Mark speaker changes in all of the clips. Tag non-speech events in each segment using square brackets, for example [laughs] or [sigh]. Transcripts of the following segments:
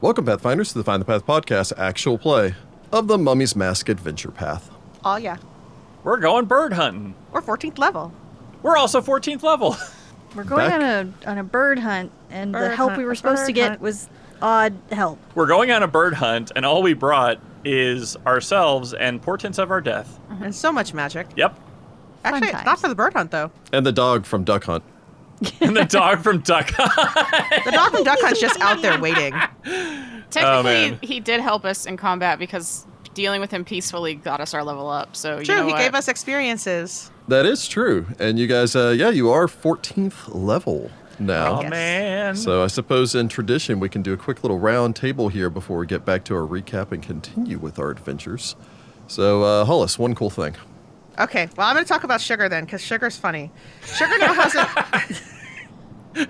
Speaker 1: Welcome, Pathfinders, to the Find the Path podcast actual play of the Mummy's Mask Adventure Path.
Speaker 2: Oh yeah.
Speaker 3: We're going bird hunting.
Speaker 2: We're 14th level.
Speaker 3: We're also 14th level. [laughs]
Speaker 4: We're going
Speaker 1: Back-
Speaker 4: on a on a bird hunt, and the
Speaker 2: Bird
Speaker 4: help
Speaker 2: hunt,
Speaker 4: we
Speaker 2: a
Speaker 4: were supposed to
Speaker 2: bird
Speaker 4: get
Speaker 2: hunt.
Speaker 4: was odd help.
Speaker 3: We're going on a bird hunt, and all we brought is ourselves and portents of our death.
Speaker 2: And so much magic.
Speaker 3: Yep. [laughs]
Speaker 2: Actually,
Speaker 4: times.
Speaker 2: not for the bird hunt though.
Speaker 1: And the dog from Duck Hunt.
Speaker 3: And the dog from Duck
Speaker 2: [laughs]
Speaker 3: Hunt.
Speaker 2: The dog from Duck Hunt's just out there waiting.
Speaker 3: Oh,
Speaker 5: Technically,
Speaker 3: man.
Speaker 5: he did help us in combat because dealing with him peacefully got us our level up. So
Speaker 2: True,
Speaker 5: you know
Speaker 2: he
Speaker 5: what?
Speaker 2: gave us experiences.
Speaker 1: That is true. And you guys, uh, yeah, you are 14th level now.
Speaker 3: Oh, man.
Speaker 1: So I suppose in tradition, we can do a quick little round table here before we get back to our recap and continue with our adventures. So, uh, Hollis, one cool thing.
Speaker 2: Okay, well I'm gonna talk about sugar then, because sugar's funny. Sugar now has a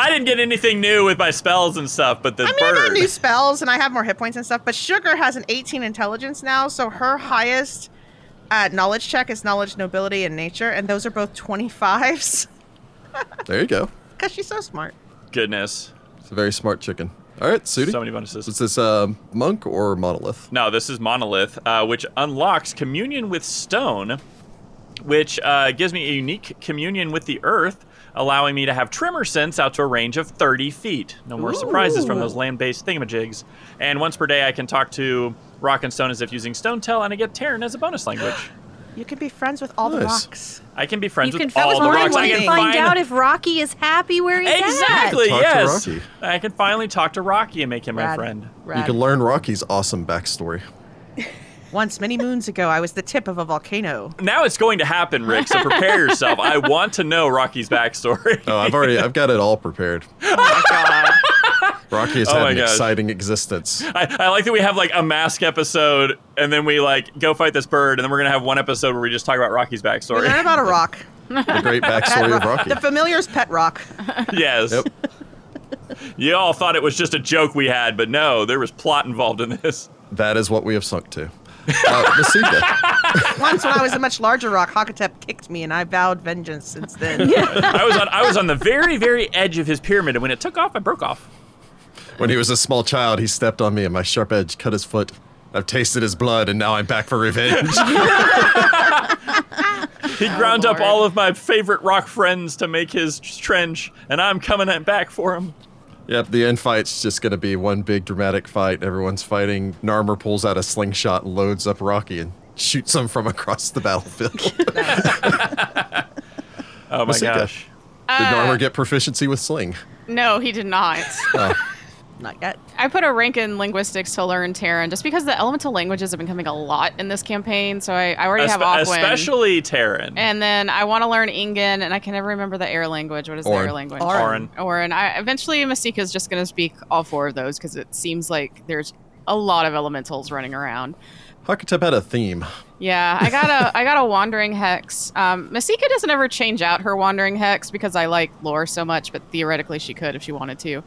Speaker 3: I didn't get anything new with my spells and stuff, but the
Speaker 2: I mean, I got
Speaker 3: bird.
Speaker 2: new spells and I have more hit points and stuff, but Sugar has an 18 intelligence now, so her highest uh, knowledge check is knowledge, nobility, and nature, and those are both [laughs] 25s
Speaker 1: There you go.
Speaker 2: because she's so smart.
Speaker 3: Goodness.
Speaker 1: It's a very smart chicken. All right, Sudie.
Speaker 3: So many bonuses.
Speaker 1: Is this uh, monk or monolith?
Speaker 3: No, this is Monolith, uh, which unlocks communion with stone, which uh, gives me a unique communion with the earth, allowing me to have tremor sense out to a range of 30 feet. No more surprises from those land based thingamajigs. And once per day, I can talk to rock and stone as if using stone tell, and I get Terran as a bonus language.
Speaker 2: You can be friends with all the
Speaker 1: Nice.
Speaker 2: rocks.
Speaker 3: I can be friends
Speaker 4: you can
Speaker 3: with all the
Speaker 2: find
Speaker 3: rocks.
Speaker 2: one
Speaker 3: I
Speaker 4: you
Speaker 3: can
Speaker 2: thing.
Speaker 4: find out if Rocky is happy where he's
Speaker 3: Exactly,
Speaker 1: Talk to
Speaker 3: yes.
Speaker 1: Rocky.
Speaker 3: I can finally talk to Rocky and make him my friend.
Speaker 1: You can learn Rocky's awesome backstory.
Speaker 2: Once many moons ago, I was the tip of a volcano.
Speaker 3: Now it's going to happen, Rick, so prepare
Speaker 4: [laughs]
Speaker 3: yourself. I want to know Rocky's backstory.
Speaker 1: Oh, I've already, I've got it all prepared.
Speaker 2: Oh my god.
Speaker 1: Rocky has
Speaker 3: Oh
Speaker 1: had
Speaker 3: my
Speaker 1: an
Speaker 3: gosh.
Speaker 1: exciting existence.
Speaker 3: I, I like that we have like a mask episode and then we like go fight this bird and then we're gonna have one episode where we just talk about Rocky's
Speaker 2: We learn
Speaker 3: backstory.
Speaker 2: about a rock.
Speaker 1: The great backstory of Rocky.
Speaker 2: The familiar's pet rock.
Speaker 3: [laughs] yes.
Speaker 1: Yep.
Speaker 3: You all thought it was just a joke we had, but no, there was plot involved in this.
Speaker 1: That is what we have sunk to.
Speaker 3: [laughs]
Speaker 1: Uh, Masika,
Speaker 2: Once, when I was a much larger rock, Hakatep kicked me, and I vowed vengeance since then.
Speaker 3: I was on I was on the very, very edge of his pyramid and when it took off I broke off.
Speaker 1: when he was a small child, he stepped on me and my sharp edge cut his foot. I've tasted his blood and now I'm back for
Speaker 3: [laughs]
Speaker 1: revenge.
Speaker 3: He ground up
Speaker 5: Oh, Lord.
Speaker 3: all of my favorite rock friends to make his trench, and I'm coming at- back for him.
Speaker 1: yep, the end fight's just going to be one big dramatic fight. Everyone's fighting. Narmer pulls out a slingshot and loads up Rocky and shoots him from across the
Speaker 3: [laughs]
Speaker 1: battlefield. Did
Speaker 3: Oh my
Speaker 1: Masika.
Speaker 3: gosh. Uh.
Speaker 1: Narmer get proficiency with sling?
Speaker 5: No, he did not.
Speaker 2: Not yet.
Speaker 5: I put a rank in linguistics to learn Terran just because the elemental languages have been coming a lot in this campaign. So I, I already have
Speaker 3: Espe-
Speaker 5: Aquan.
Speaker 3: especially Terran.
Speaker 5: And then I want to learn Ingen, and I can never remember the air language. What is the
Speaker 1: Orin.
Speaker 5: air language?
Speaker 2: Orin.
Speaker 3: Orin.
Speaker 5: Orin. I, eventually, Masika's just going to speak all four of those because it seems like there's a lot of elementals running around.
Speaker 1: Hakatep had a theme.
Speaker 5: Yeah, I got a I got a wandering hex. Um, Masika doesn't ever change out her wandering hex because I like lore so much, but theoretically she could if she wanted to.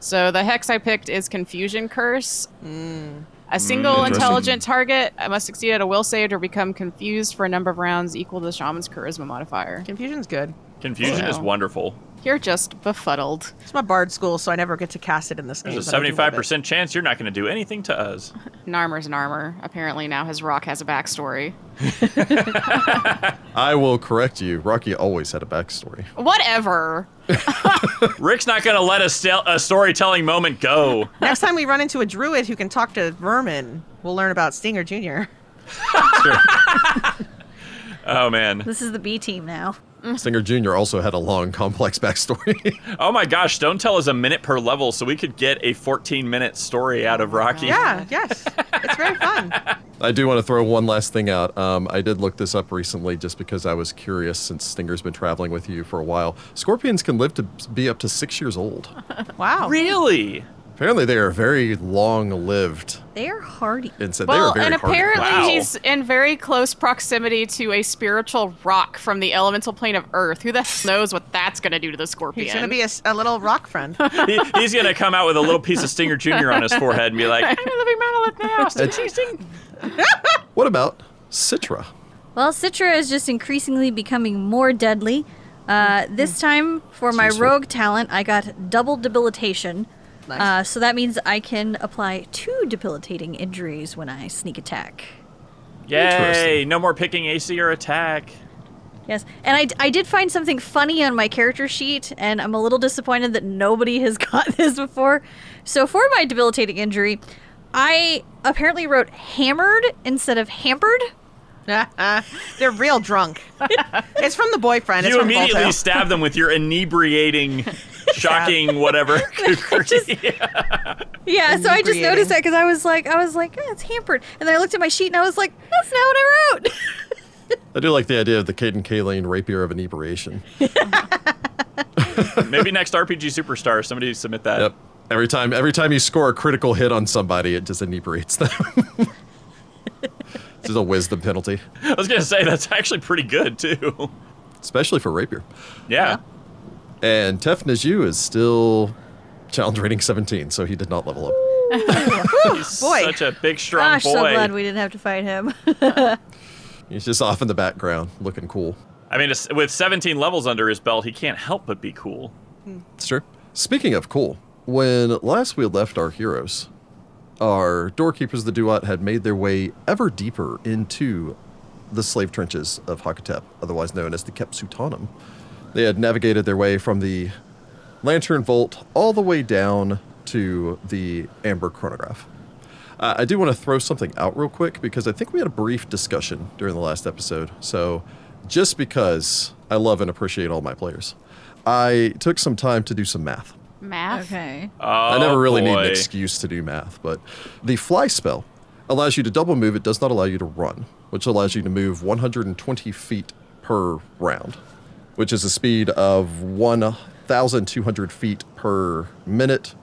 Speaker 5: So the hex I picked is Confusion Curse. A single
Speaker 1: interesting.
Speaker 5: intelligent target must succeed at a will save or become confused for a number of rounds equal to the shaman's charisma modifier.
Speaker 2: Confusion's good.
Speaker 3: Confusion is
Speaker 5: Wow.
Speaker 3: wonderful.
Speaker 5: You're just befuddled.
Speaker 2: It's my bard school, so I never get to cast it in this game.
Speaker 3: There's a
Speaker 2: but I do love it.
Speaker 3: seventy-five percent chance you're not gonna do anything to us.
Speaker 5: Narmer's an armor. Apparently now his rock has a backstory.
Speaker 1: I will correct you. Rocky always had a backstory.
Speaker 5: Whatever.
Speaker 3: Rick's not going to let a, stel- a storytelling moment go.
Speaker 2: Next time we run into a druid who can talk to vermin, we'll learn about Stinger Jr.
Speaker 3: Oh, man.
Speaker 4: This is the B team now.
Speaker 3: Mm.
Speaker 1: Stinger Jr. also had a long, complex backstory. [laughs]
Speaker 3: Oh, my gosh. Don't tell us a minute per level, so we could get a 14 minute story out of Rocky.
Speaker 2: Yeah, yes. It's very fun.
Speaker 1: I do want to throw one last thing out. Um, I did look this up recently just because I was curious since Stinger's been traveling with you for a while. Scorpions can live to be up to six years
Speaker 5: [laughs]
Speaker 1: old.
Speaker 2: Wow.
Speaker 3: Really?
Speaker 1: Apparently, they are very long lived.
Speaker 4: They are hardy.
Speaker 1: And so
Speaker 5: Well,
Speaker 1: they are very
Speaker 5: and
Speaker 1: hard-
Speaker 5: apparently
Speaker 3: Wow.
Speaker 5: he's in very close proximity to a spiritual rock from the elemental plane of Earth. Who the hell knows what that's going to do to the scorpion?
Speaker 2: He's going
Speaker 5: [laughs]
Speaker 2: to be a, s- a little rock friend. [laughs]
Speaker 3: He, he's going to come out with a little piece of Stinger Jr. on his forehead and
Speaker 2: [laughs]
Speaker 3: be like, I'm a living monolith now. Sting, sting, sting.
Speaker 1: What about Citra?
Speaker 4: Well, Citra is just increasingly becoming more deadly. Uh, this time, for my
Speaker 1: useful.
Speaker 4: rogue talent, I got double debilitation,
Speaker 5: Nice.
Speaker 4: Uh, so that means I can apply two debilitating injuries when I sneak attack.
Speaker 3: Yay!
Speaker 1: Interesting.
Speaker 3: No more picking AC or attack.
Speaker 4: Yes, and I, I did find something funny on my character sheet, and I'm a little disappointed that nobody [laughs] has got this before. So for my debilitating injury, I apparently wrote hammered instead of hampered.
Speaker 2: They're real drunk. it's from the boyfriend. It's
Speaker 3: you
Speaker 2: from
Speaker 3: immediately
Speaker 2: Volto.
Speaker 3: stab them with your
Speaker 2: [laughs]
Speaker 3: inebriating, shocking, whatever. kukri. [laughs]
Speaker 4: Yeah, so I just
Speaker 2: Inebriating.
Speaker 4: noticed that because I was like, I was like, "Eh, it's hampered, and then I looked at my sheet and I was like, that's not what I wrote.
Speaker 1: I do like the idea of the Caden Kaline rapier of
Speaker 5: [laughs]
Speaker 1: inebriation.
Speaker 3: Maybe next RPG Superstar, somebody submit that.
Speaker 1: Yep. Every time, every time you score a critical hit on somebody, it just inebriates
Speaker 5: [laughs]
Speaker 1: them. this is a wisdom penalty,
Speaker 3: I was gonna say that's actually pretty good too.
Speaker 1: especially for rapier.
Speaker 3: Yeah.
Speaker 1: And Tef Naju is still challenge rating 17, so he did not level up.
Speaker 3: He's
Speaker 2: boy.
Speaker 3: Such a big, strong
Speaker 4: [laughs] Gosh,
Speaker 3: boy.
Speaker 4: so glad we didn't have to fight him. [laughs]
Speaker 1: He's just off in the background, looking cool.
Speaker 3: I mean, it's- with 17 levels under his belt, he can't help but be cool.
Speaker 1: It's true. Speaking of cool, when last we had left our heroes, our doorkeepers of the Duat had made their way ever deeper into the slave trenches of Hakatep, otherwise known as the Kepsutanum. They had navigated their way from the Lantern Vault all the way down to the Amber Chronograph. Uh, I do want to throw something out real quick because I think we had a brief discussion during the last episode. So, just because I love and appreciate all my players, I took some time to do some math.
Speaker 5: Math.
Speaker 4: okay.
Speaker 3: Oh,
Speaker 1: I never really need an
Speaker 3: boy.
Speaker 1: excuse to do math, but the fly spell allows you to double move. It does not allow you to run, which allows you to move 120 feet per round, which is a speed of 1,200 feet per minute,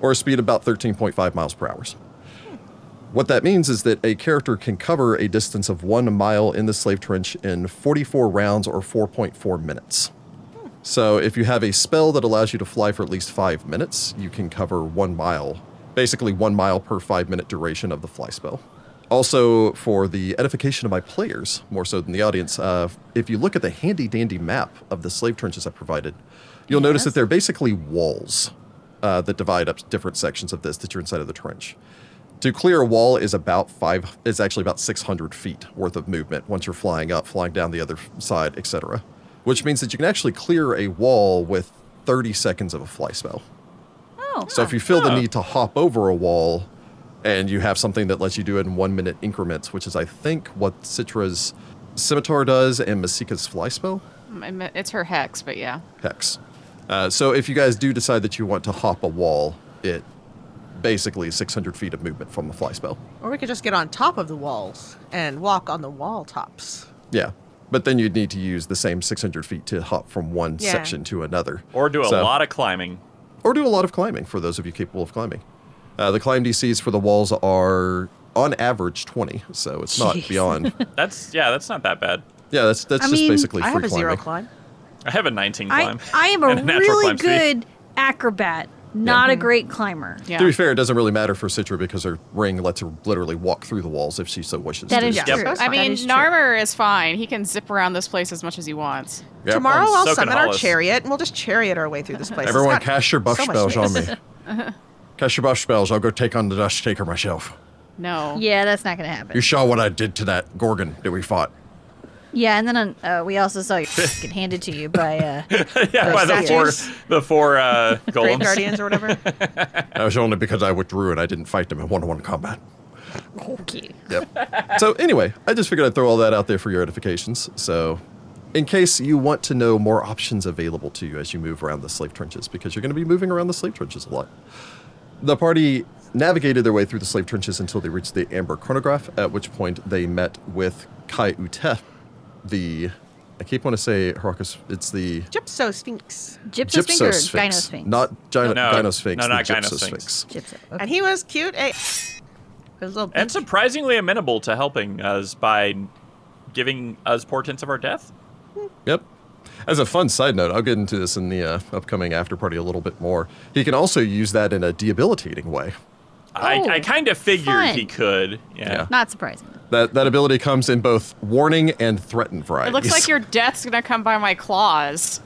Speaker 1: or a speed about 13.5 miles per hour. What that means is that a character can cover a distance of one mile in the slave trench in 44 rounds or 4.4 minutes. So if you have a spell that allows you to fly for at least five minutes, you can cover one mile, basically one mile per five minute duration of the fly spell. Also, for the edification of my players, more so than the audience, uh, if you look at the handy dandy map of the slave trenches I provided, you'll notice that they're basically walls uh, that divide up different sections of this that you're inside of the trench. To clear a wall is about five is actually about 600 feet worth of movement once you're flying up, flying down the other side, etc. Which means that you can actually clear a wall with 30 seconds of a fly spell.
Speaker 4: Oh,
Speaker 1: So if you feel the
Speaker 3: Huh.
Speaker 1: need to hop over a wall and you have something that lets you do it in one minute increments, which is I think what Citra's scimitar does and Masika's fly spell
Speaker 5: Um, I mi- It's her hex, but yeah.
Speaker 1: hex. Uh, so if you guys do decide that you want to hop a wall, it basically is 600 feet of movement from the fly spell.
Speaker 2: Or we could just get on top of the walls and walk on the wall tops.
Speaker 1: Yeah. But then you'd need to use the same 600 feet to hop from one
Speaker 2: Yeah.
Speaker 1: section to another.
Speaker 3: Or do a
Speaker 1: So-
Speaker 3: lot of climbing.
Speaker 1: Or do a lot of climbing for those of you capable of climbing. Uh, the climb DCs for the walls are on average 20, so it's not
Speaker 2: [laughs]
Speaker 4: Jeez.
Speaker 1: beyond.
Speaker 3: That's yeah, that's not that bad.
Speaker 1: Yeah, that's that's
Speaker 4: I
Speaker 1: just
Speaker 4: mean,
Speaker 1: basically free
Speaker 2: I have a
Speaker 1: climbing.
Speaker 2: zero climb.
Speaker 3: I have a 19
Speaker 4: I,
Speaker 3: climb.
Speaker 4: I am
Speaker 3: [laughs] and
Speaker 4: a
Speaker 3: natural
Speaker 4: really
Speaker 3: climb speed.
Speaker 4: good acrobat, not a great climber.
Speaker 5: Yeah.
Speaker 1: To be fair, it doesn't really matter for Citra because her ring lets her literally walk through the walls if she so wishes.
Speaker 4: That
Speaker 1: to.
Speaker 4: is
Speaker 2: Yep.
Speaker 4: true.
Speaker 2: That's
Speaker 5: I
Speaker 2: fine.
Speaker 5: mean,
Speaker 4: That is true.
Speaker 5: Narmer is fine. He can zip around this place as much as he wants.
Speaker 1: Yep.
Speaker 2: Tomorrow I'll
Speaker 3: so can
Speaker 2: summon our
Speaker 3: Hollis.
Speaker 2: chariot and we'll just chariot our way through this place. It's
Speaker 1: Everyone,
Speaker 2: got
Speaker 1: cast your buff
Speaker 2: so much
Speaker 1: spells on me.
Speaker 2: [laughs] space.
Speaker 1: cast your buff spells. I'll go take on the Dust Taker myself.
Speaker 5: No.
Speaker 4: Yeah, that's not going to happen.
Speaker 1: You saw what I did to that Gorgon that we fought.
Speaker 4: Yeah, and then on, uh, we also saw you get handed to you by. Uh,
Speaker 3: [laughs] yeah,
Speaker 4: Those
Speaker 3: by the four,
Speaker 4: statues.
Speaker 3: the four
Speaker 4: [laughs]
Speaker 3: uh,
Speaker 2: Grave
Speaker 3: golems.
Speaker 2: guardians or whatever.
Speaker 1: [laughs] That was only because I withdrew and I didn't fight them in one-on-one combat.
Speaker 4: okay.
Speaker 1: Yep. so anyway, I just figured I'd throw all that out there for your edifications. So, in case you want to know more options available to you as you move around the slave trenches, because you're going to be moving around the slave trenches a lot. The party navigated their way through the slave trenches until they reached the Amber Chronograph, at which point they met with Kai Utef, the I keep want to say Heracus. It's the
Speaker 2: Gypso Sphinx.
Speaker 4: Gypso, Sphinx or
Speaker 1: Gypso
Speaker 4: Gyno
Speaker 1: Sphinx,
Speaker 4: Sphinx?
Speaker 1: not Gyno,
Speaker 3: No,
Speaker 1: Gyno Sphinx.
Speaker 3: no,
Speaker 1: the
Speaker 3: not Gyno
Speaker 1: Gypso
Speaker 3: Sphinx.
Speaker 4: Gypso. Okay.
Speaker 2: And he was cute. eh, A- his little
Speaker 3: And
Speaker 2: beak.
Speaker 3: surprisingly amenable to helping us by giving us portents of our death.
Speaker 1: Yep. As a fun side note, I'll get into this in the uh, upcoming after party a little bit more. He can also use that in a debilitating way.
Speaker 3: I,
Speaker 4: Oh,
Speaker 3: I kind of figured
Speaker 4: fun.
Speaker 3: he could. Yeah.
Speaker 4: Not surprising.
Speaker 1: That that ability comes in both warning and threaten
Speaker 5: It
Speaker 1: varieties.
Speaker 5: looks like
Speaker 3: [laughs]
Speaker 5: your death's gonna come by my claws.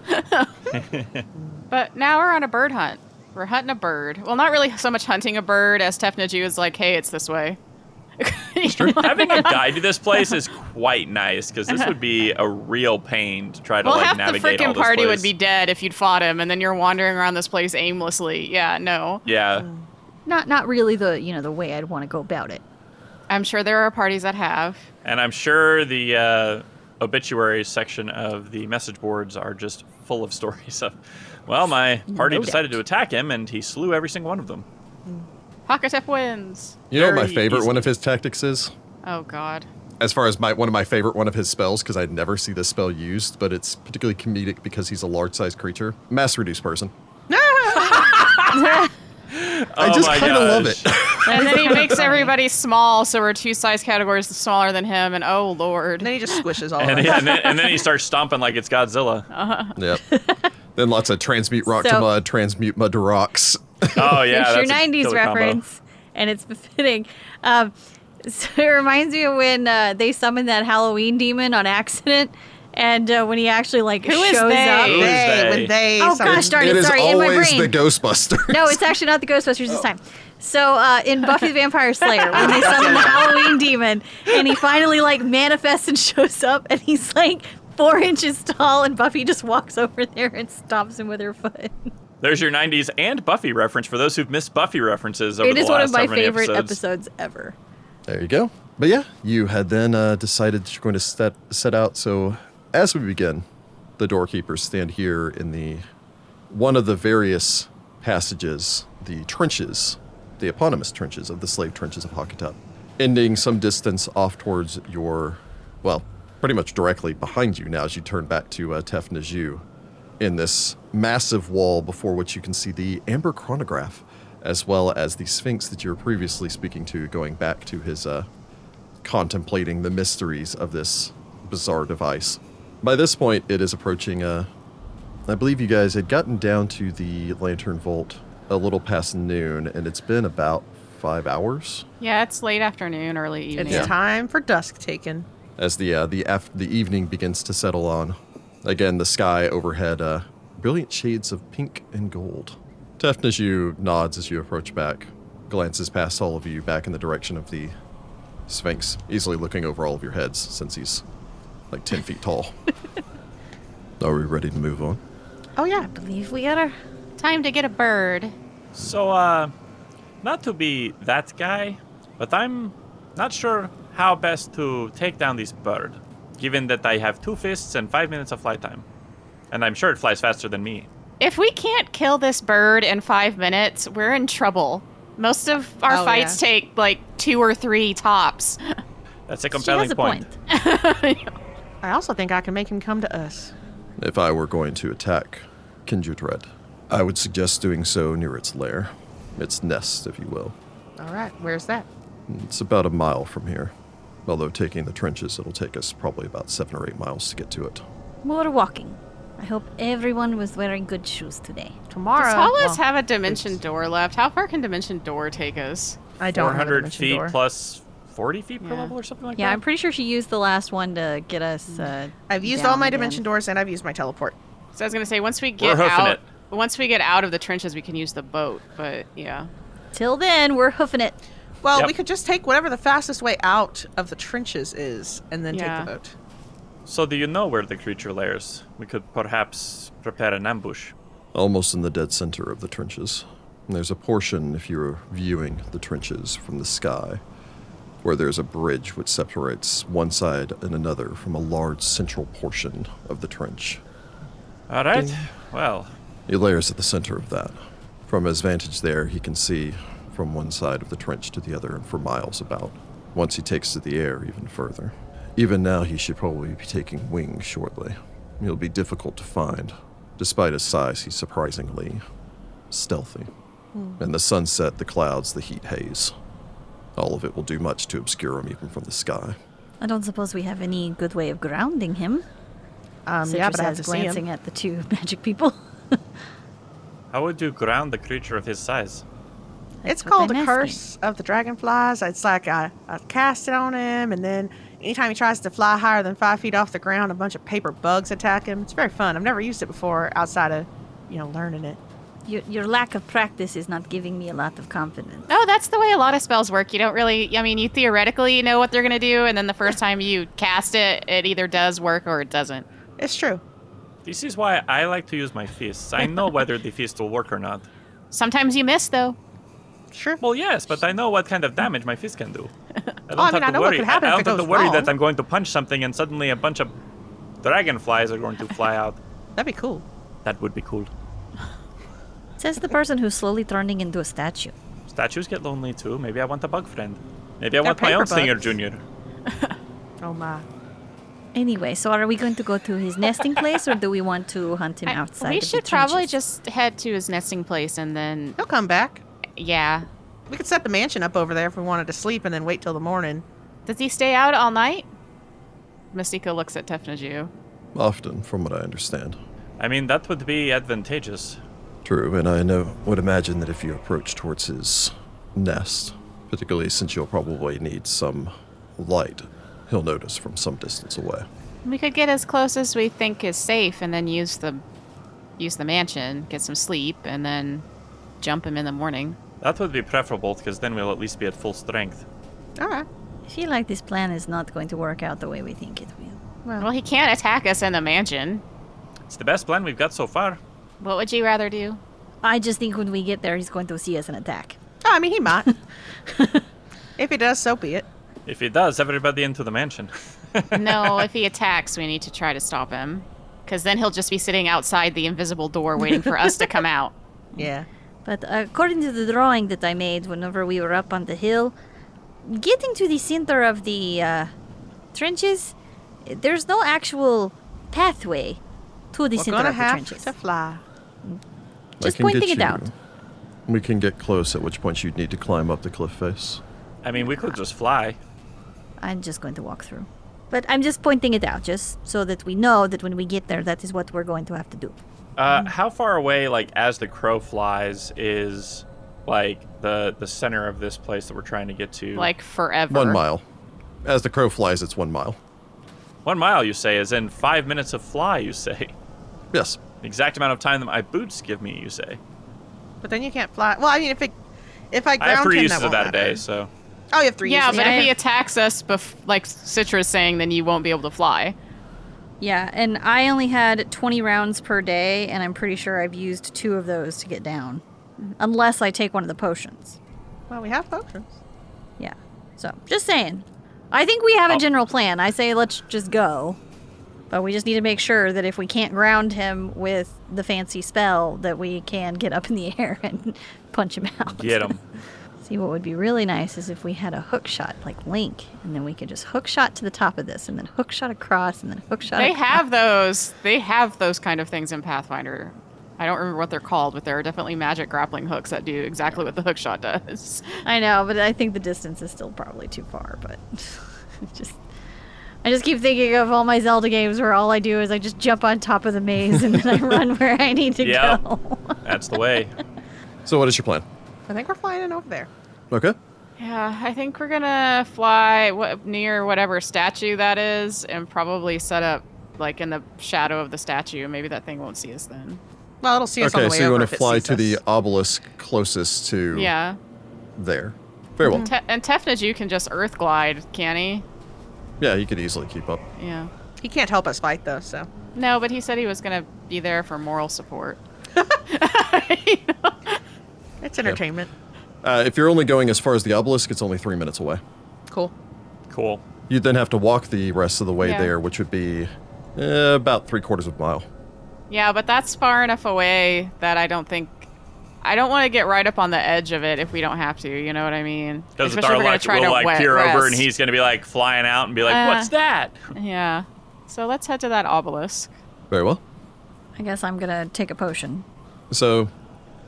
Speaker 5: but now we're on a bird hunt. We're hunting a bird. Well, not really so much hunting a bird as Tefnaju is like, hey, it's this way. [laughs]
Speaker 3: Having a guide to this place is quite nice because this would be a real pain to try to
Speaker 5: well,
Speaker 3: like
Speaker 5: half the
Speaker 3: navigate all
Speaker 5: freaking
Speaker 3: this
Speaker 5: party
Speaker 3: place.
Speaker 5: would be dead if you'd fought him, and then you're wandering around this place aimlessly. Yeah, no.
Speaker 3: Yeah,
Speaker 4: Oh. Not not really the you know the way I'd want to go about it.
Speaker 5: I'm sure there are parties that have.
Speaker 3: and I'm sure the uh, obituary section of the message boards are just full of stories of, well, my party
Speaker 4: No
Speaker 3: decided
Speaker 4: doubt.
Speaker 3: to attack him and he slew every single one of them.
Speaker 5: Hakatep wins.
Speaker 1: [laughs] You know what my
Speaker 3: Very
Speaker 1: favorite one
Speaker 3: easily.
Speaker 1: of his tactics is?
Speaker 5: Oh, God.
Speaker 1: As far as my one of my favorite one of his spells, because I never see this spell used, but it's particularly comedic because he's a large sized creature. Mass reduce person. I
Speaker 3: Oh
Speaker 1: just
Speaker 3: my
Speaker 1: kind of love
Speaker 3: gosh.
Speaker 1: it.
Speaker 3: [laughs]
Speaker 5: And then he makes everybody small, so we're two size categories smaller than him, and oh, Lord.
Speaker 2: And then he just squishes all of
Speaker 3: And,
Speaker 2: us.
Speaker 3: and, then, and then he starts stomping like it's
Speaker 4: Oh. [laughs]
Speaker 3: Godzilla.
Speaker 1: yep. Then lots of transmute rock to
Speaker 4: So-
Speaker 1: mud, transmute mud to rocks.
Speaker 3: Oh yeah, that's
Speaker 4: it's your
Speaker 3: a
Speaker 4: '90s
Speaker 3: killer combo.
Speaker 4: reference, and it's befitting. Um, [laughs] so it reminds me of when uh, they summoned that Halloween demon on accident, and uh, when he actually like
Speaker 5: Who is
Speaker 4: shows
Speaker 5: they?
Speaker 4: up.
Speaker 3: Who is
Speaker 2: They, when
Speaker 3: they?
Speaker 2: they
Speaker 4: Oh,
Speaker 2: summon-
Speaker 4: gosh darn
Speaker 1: it is
Speaker 4: sorry, in my
Speaker 1: always the
Speaker 4: brain.
Speaker 1: Ghostbusters.
Speaker 4: [laughs] No, it's actually not the Ghostbusters this time. So uh, in Buffy the Vampire Slayer, when they summon the Halloween demon, and he finally like manifests and [laughs] shows up, and he's like four inches tall, and Buffy just walks over there and stomps him with her foot.
Speaker 3: There's your '90s and Buffy reference for those who've missed Buffy references over
Speaker 4: It
Speaker 3: the
Speaker 4: is
Speaker 3: last
Speaker 4: one of my
Speaker 3: how many
Speaker 4: favorite
Speaker 3: episodes.
Speaker 4: episodes ever.
Speaker 1: There you go. But yeah, you had then uh, decided that you're going to set, set out. So as we begin, the doorkeepers stand here in the one of the various passages, the trenches, the eponymous trenches of the slave trenches of Hakatep, ending some distance off towards your, well, pretty much directly behind you now as you turn back to uh, Tef Naju in this massive wall before which you can see the Amber Chronograph as well as the Sphinx that you were previously speaking to going back to his uh, contemplating the mysteries of this bizarre device. By this point, it is approaching uh, I believe you guys had gotten down to the Lantern Vault a little past noon, and it's been about five hours
Speaker 5: Yeah, it's late afternoon, early evening.
Speaker 2: It's
Speaker 1: Yeah.
Speaker 2: time for dusk taken.
Speaker 1: as the uh, the af- the evening begins to settle on. Again, the sky overhead, uh, brilliant shades of pink and gold. Tefnish, you nods as you approach back, glances past all of you back in the direction of the Sphinx, easily looking over all of your heads since he's like ten feet tall. Are we ready to move on?
Speaker 2: Oh yeah.
Speaker 4: I believe we got our
Speaker 5: Time to get a bird.
Speaker 3: So, uh, not to be that guy, but I'm not sure how best to take down this bird, given that I have two fists and five minutes of flight time. And I'm sure it flies faster than me.
Speaker 5: If we can't kill this bird in five minutes, we're in trouble. Most of our
Speaker 2: Oh,
Speaker 5: fights
Speaker 2: yeah.
Speaker 5: take like two or three tops.
Speaker 3: That's a
Speaker 4: she has
Speaker 3: compelling
Speaker 4: a point. [laughs]
Speaker 2: I also think I can make him come to us.
Speaker 1: If I were going to attack Kindred, I would suggest doing so near its lair, its nest, if you will.
Speaker 2: All right. Where's that?
Speaker 1: It's about a mile from here, although taking the trenches, it'll take us probably about seven or eight miles to get to it.
Speaker 4: More walking. I hope everyone was wearing good shoes today.
Speaker 2: Tomorrow.
Speaker 5: Does Hollis
Speaker 2: well,
Speaker 5: have a dimension door left? How far can dimension door take us?
Speaker 2: I don't have a
Speaker 3: 400
Speaker 2: dimension
Speaker 3: feet
Speaker 2: door.
Speaker 3: plus 40 feet per
Speaker 5: Yeah.
Speaker 3: level or something like
Speaker 4: Yeah,
Speaker 3: that?
Speaker 4: I'm pretty sure she used the last one to get us. Uh,
Speaker 2: I've used
Speaker 4: down
Speaker 2: all my
Speaker 4: again.
Speaker 2: dimension doors and I've used my teleport.
Speaker 5: So I was gonna say once we
Speaker 3: We're
Speaker 5: get
Speaker 3: hoofing
Speaker 5: out,
Speaker 3: it.
Speaker 5: once we get out of the trenches, we can use the boat. But yeah,
Speaker 4: Till then, we're hoofing it.
Speaker 2: Well,
Speaker 3: Yep.
Speaker 2: we could just take whatever the fastest way out of the trenches is, and then
Speaker 5: Yeah.
Speaker 2: take the boat.
Speaker 3: So, do you know where the creature lairs? We could perhaps prepare an ambush.
Speaker 1: Almost in the dead center of the trenches. And there's a portion, if you're viewing the trenches from the sky, where there's a bridge which separates one side and another from a large central portion of the trench.
Speaker 3: All right. Well,
Speaker 1: He layers at the center of that. From his vantage there, he can see from one side of the trench to the other and for miles about. Once he takes to the air even further. Even now, he should probably be taking wing shortly. He'll be difficult to find. Despite his size, he's surprisingly stealthy. And the sunset, the clouds, the heat haze, all of it will do much to obscure him even from the sky.
Speaker 4: I don't suppose we have any good way of grounding him.
Speaker 2: Um,
Speaker 4: Citrus
Speaker 2: yeah, but I have
Speaker 4: says,
Speaker 2: to see
Speaker 4: glancing
Speaker 2: him.
Speaker 4: at the two [laughs] magic people.
Speaker 3: how would you ground a creature of his size?
Speaker 2: It's
Speaker 4: what
Speaker 2: called
Speaker 4: I'm
Speaker 2: the
Speaker 4: asking.
Speaker 2: curse of the dragonflies. It's like I, I cast it on him, and then anytime he tries to fly higher than five feet off the ground, a bunch of paper bugs attack him. It's very fun. I've never used it before outside of you know learning it.
Speaker 4: Your, your lack of practice is not giving me a lot of confidence.
Speaker 5: No, Oh, that's the way a lot of spells work. You don't really, I mean, you theoretically know what they're going to do, and then the
Speaker 2: [laughs]
Speaker 5: first time you cast it, it either does work or it doesn't.
Speaker 2: It's true.
Speaker 3: This is why I like to use my fists. I
Speaker 4: [laughs]
Speaker 3: know whether the fist will work or not.
Speaker 5: Sometimes you miss, though.
Speaker 2: Sure.
Speaker 3: Well, yes, but I know what kind of damage my
Speaker 2: [laughs]
Speaker 3: fist can do. I don't
Speaker 2: Oh, I mean,
Speaker 3: have
Speaker 2: I
Speaker 3: to
Speaker 2: know what
Speaker 3: worry.
Speaker 2: could happen
Speaker 3: I
Speaker 2: if
Speaker 3: don't
Speaker 2: it
Speaker 3: have to
Speaker 2: goes
Speaker 3: worry
Speaker 2: wrong.
Speaker 3: that I'm going to punch something and suddenly a bunch of dragonflies are going to fly out.
Speaker 2: That'd be cool.
Speaker 3: That would be cool.
Speaker 4: Says the person who's slowly turning into a statue.
Speaker 3: Statues get lonely too. Maybe I want a bug friend. Maybe
Speaker 2: They're
Speaker 3: I want my own
Speaker 2: paper
Speaker 3: Singer
Speaker 2: bugs.
Speaker 3: Junior.
Speaker 2: Oh my.
Speaker 4: Anyway, so are we going to go to his nesting place or do we want to hunt him
Speaker 5: I-
Speaker 4: outside?
Speaker 5: we
Speaker 4: of the
Speaker 5: should probably
Speaker 4: trenches?
Speaker 5: just head to his nesting place and then,
Speaker 2: He'll come back.
Speaker 5: yeah.
Speaker 2: We could set the mansion up over there if we wanted to sleep and then wait till the morning.
Speaker 5: Does he stay out all night? Mystico looks at Tefnaju.
Speaker 1: Often, from what I understand.
Speaker 3: I mean, that would be advantageous.
Speaker 1: True, and I know would imagine that if you approach towards his nest, particularly since you'll probably need some light, he'll notice from some distance away.
Speaker 5: We could get as close as we think is safe and then use the use the mansion, get some sleep, and then jump him in the morning.
Speaker 3: That would be preferable because then we'll at least be at full strength.
Speaker 2: All right.
Speaker 4: I feel like this plan is not going to work out the way we think it will.
Speaker 5: Well, he can't attack us in the mansion.
Speaker 3: It's the best plan we've got so far.
Speaker 5: What would you rather do?
Speaker 4: I just think when we get there, he's going to see us and attack.
Speaker 2: Oh, I mean, he [laughs] might. if he does, so be it.
Speaker 3: If he does, everybody into the mansion.
Speaker 4: [laughs]
Speaker 5: no, if he attacks, we need to try to stop him. Because then he'll just be sitting outside the invisible door waiting for us to come
Speaker 1: [laughs]
Speaker 5: out.
Speaker 2: Yeah.
Speaker 4: But according to the drawing that I made whenever we were up on the hill, getting to the center of the uh, trenches, there's no actual pathway to the
Speaker 2: We're
Speaker 4: center
Speaker 2: gonna
Speaker 4: of the
Speaker 2: have
Speaker 4: trenches.
Speaker 2: to fly.
Speaker 1: I
Speaker 4: Just
Speaker 1: can
Speaker 4: pointing
Speaker 1: get
Speaker 4: it
Speaker 1: you-
Speaker 4: out.
Speaker 1: We can get close, at which point you'd need to climb up the cliff face.
Speaker 3: I mean, we could just fly.
Speaker 4: I'm just going to walk through. But I'm just pointing it out, just so that we know that when we get there, that is what we're going to have to do.
Speaker 5: Mm.
Speaker 3: Uh, how far away, like as the crow flies, is like the the center of this place that we're trying to get to?
Speaker 5: Like forever.
Speaker 1: One mile. As the crow flies, it's one mile.
Speaker 3: one mile, you say, is in five minutes of fly. You say
Speaker 1: Yes.
Speaker 3: the exact amount of time that my boots give me. You say
Speaker 2: But then you can't fly. Well, I mean, if it, if I
Speaker 3: I
Speaker 2: ground
Speaker 3: have three
Speaker 2: him,
Speaker 3: uses
Speaker 2: that
Speaker 3: of
Speaker 2: won't
Speaker 3: that a day,
Speaker 2: matter.
Speaker 3: so
Speaker 2: Oh, you have three
Speaker 5: Yeah,
Speaker 2: uses.
Speaker 5: but
Speaker 4: Yeah.
Speaker 5: if he attacks us, bef- like Citra's saying, then you won't be able to fly.
Speaker 4: Yeah, and I only had 20 rounds per day, and I'm pretty sure I've used two of those to get down. Unless I take one of the potions.
Speaker 2: well, we have potions.
Speaker 4: Yeah. So, just saying. I think we have a
Speaker 3: Oh.
Speaker 4: general plan. I say let's just go. But we just need to make sure that if we can't ground him with the fancy spell, that we can get up in the [laughs] air and punch him out.
Speaker 3: get them.
Speaker 4: See, what would be really nice is if we had a hook shot like Link, and then we could just hook shot to the top of this, and then hook shot across, and then hook shot.
Speaker 5: They
Speaker 4: across.
Speaker 5: have those. They have those kind of things in Pathfinder. I don't remember what they're called, but there are definitely magic grappling hooks that do exactly what the hookshot does. [laughs]
Speaker 4: I know, but I think the distance is still probably too far. But [laughs] just, I just keep thinking of all my Zelda games where all I do is I just jump on top of the maze and [laughs] then I run where I need to
Speaker 3: Yeah.
Speaker 4: go.
Speaker 3: That's the way.
Speaker 1: So, what is your plan?
Speaker 2: I think we're flying in over there.
Speaker 1: Okay.
Speaker 5: Yeah, I think we're gonna fly wha- near whatever statue that is, and probably set up like in the shadow of the statue. Maybe that thing won't see us then.
Speaker 2: Well, it'll see us on
Speaker 1: okay,
Speaker 2: the way
Speaker 1: so you
Speaker 2: over
Speaker 1: want
Speaker 2: if
Speaker 1: to
Speaker 2: it
Speaker 1: fly
Speaker 2: sees
Speaker 1: to the
Speaker 2: us.
Speaker 1: obelisk closest to
Speaker 5: Yeah,
Speaker 1: there. Very well.
Speaker 5: Te- and Tefnaju can just earth glide, can he?
Speaker 2: Mm-hmm.
Speaker 1: Yeah, you could easily keep up.
Speaker 5: Yeah.
Speaker 2: He can't help us fight though, so
Speaker 5: No, but he said he was gonna be there for moral support.
Speaker 2: it's entertainment.
Speaker 1: Uh, if you're only going as far as the obelisk, it's only three minutes away.
Speaker 2: Cool.
Speaker 3: Cool.
Speaker 1: You'd then have to walk the rest of the way
Speaker 5: Yeah.
Speaker 1: there, which would be eh, about three quarters of a mile.
Speaker 5: Yeah, but that's far enough away that I don't think I don't want to get right up on the edge of it if we don't have to. You know what I mean?
Speaker 3: Because
Speaker 5: Especially if we're gonna
Speaker 3: Darlok
Speaker 5: try to
Speaker 3: will like
Speaker 5: wet-
Speaker 3: peer over and
Speaker 5: rest.
Speaker 3: he's gonna be like flying out and be like,
Speaker 5: Uh.
Speaker 3: "What's
Speaker 5: [laughs]
Speaker 3: that?"
Speaker 5: yeah. So let's head to that obelisk.
Speaker 1: Very well.
Speaker 4: I guess I'm gonna take a potion.
Speaker 1: So,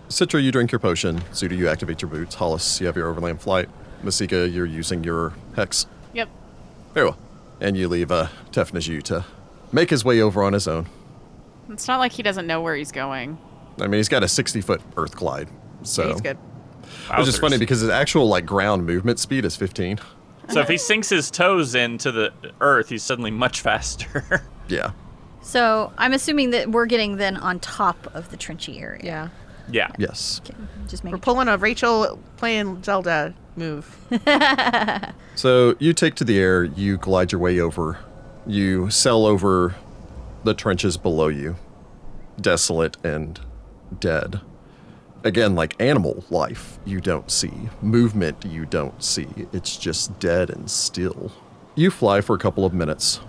Speaker 1: Citra, you drink your potion. Zuda, you activate your boots. Hollis, you have your overland flight. Masika, you're using your hex.
Speaker 5: Yep.
Speaker 1: Very well. And you leave uh, Tefnaju to make his way over on his own.
Speaker 5: It's not like he doesn't know where he's going.
Speaker 1: I mean, he's got a 60 foot earth glide. So,
Speaker 2: He's good.
Speaker 1: Which is
Speaker 3: Wowzers.
Speaker 1: funny because his actual like ground movement speed is 15.
Speaker 3: So if he sinks his toes into the earth, he's suddenly much [laughs] faster.
Speaker 1: Yeah.
Speaker 4: So I'm assuming that we're getting then on top of the trenchy area.
Speaker 2: Yeah.
Speaker 3: Yeah.
Speaker 1: Yes.
Speaker 4: Just
Speaker 2: We're
Speaker 4: make
Speaker 2: pulling a Rachel playing Zelda move.
Speaker 1: So you take to the air, you glide your way over, you sail over the trenches below you, desolate and dead. Again, like animal life, you don't see. Movement, you don't see. It's just dead and still. You fly for a couple of minutes,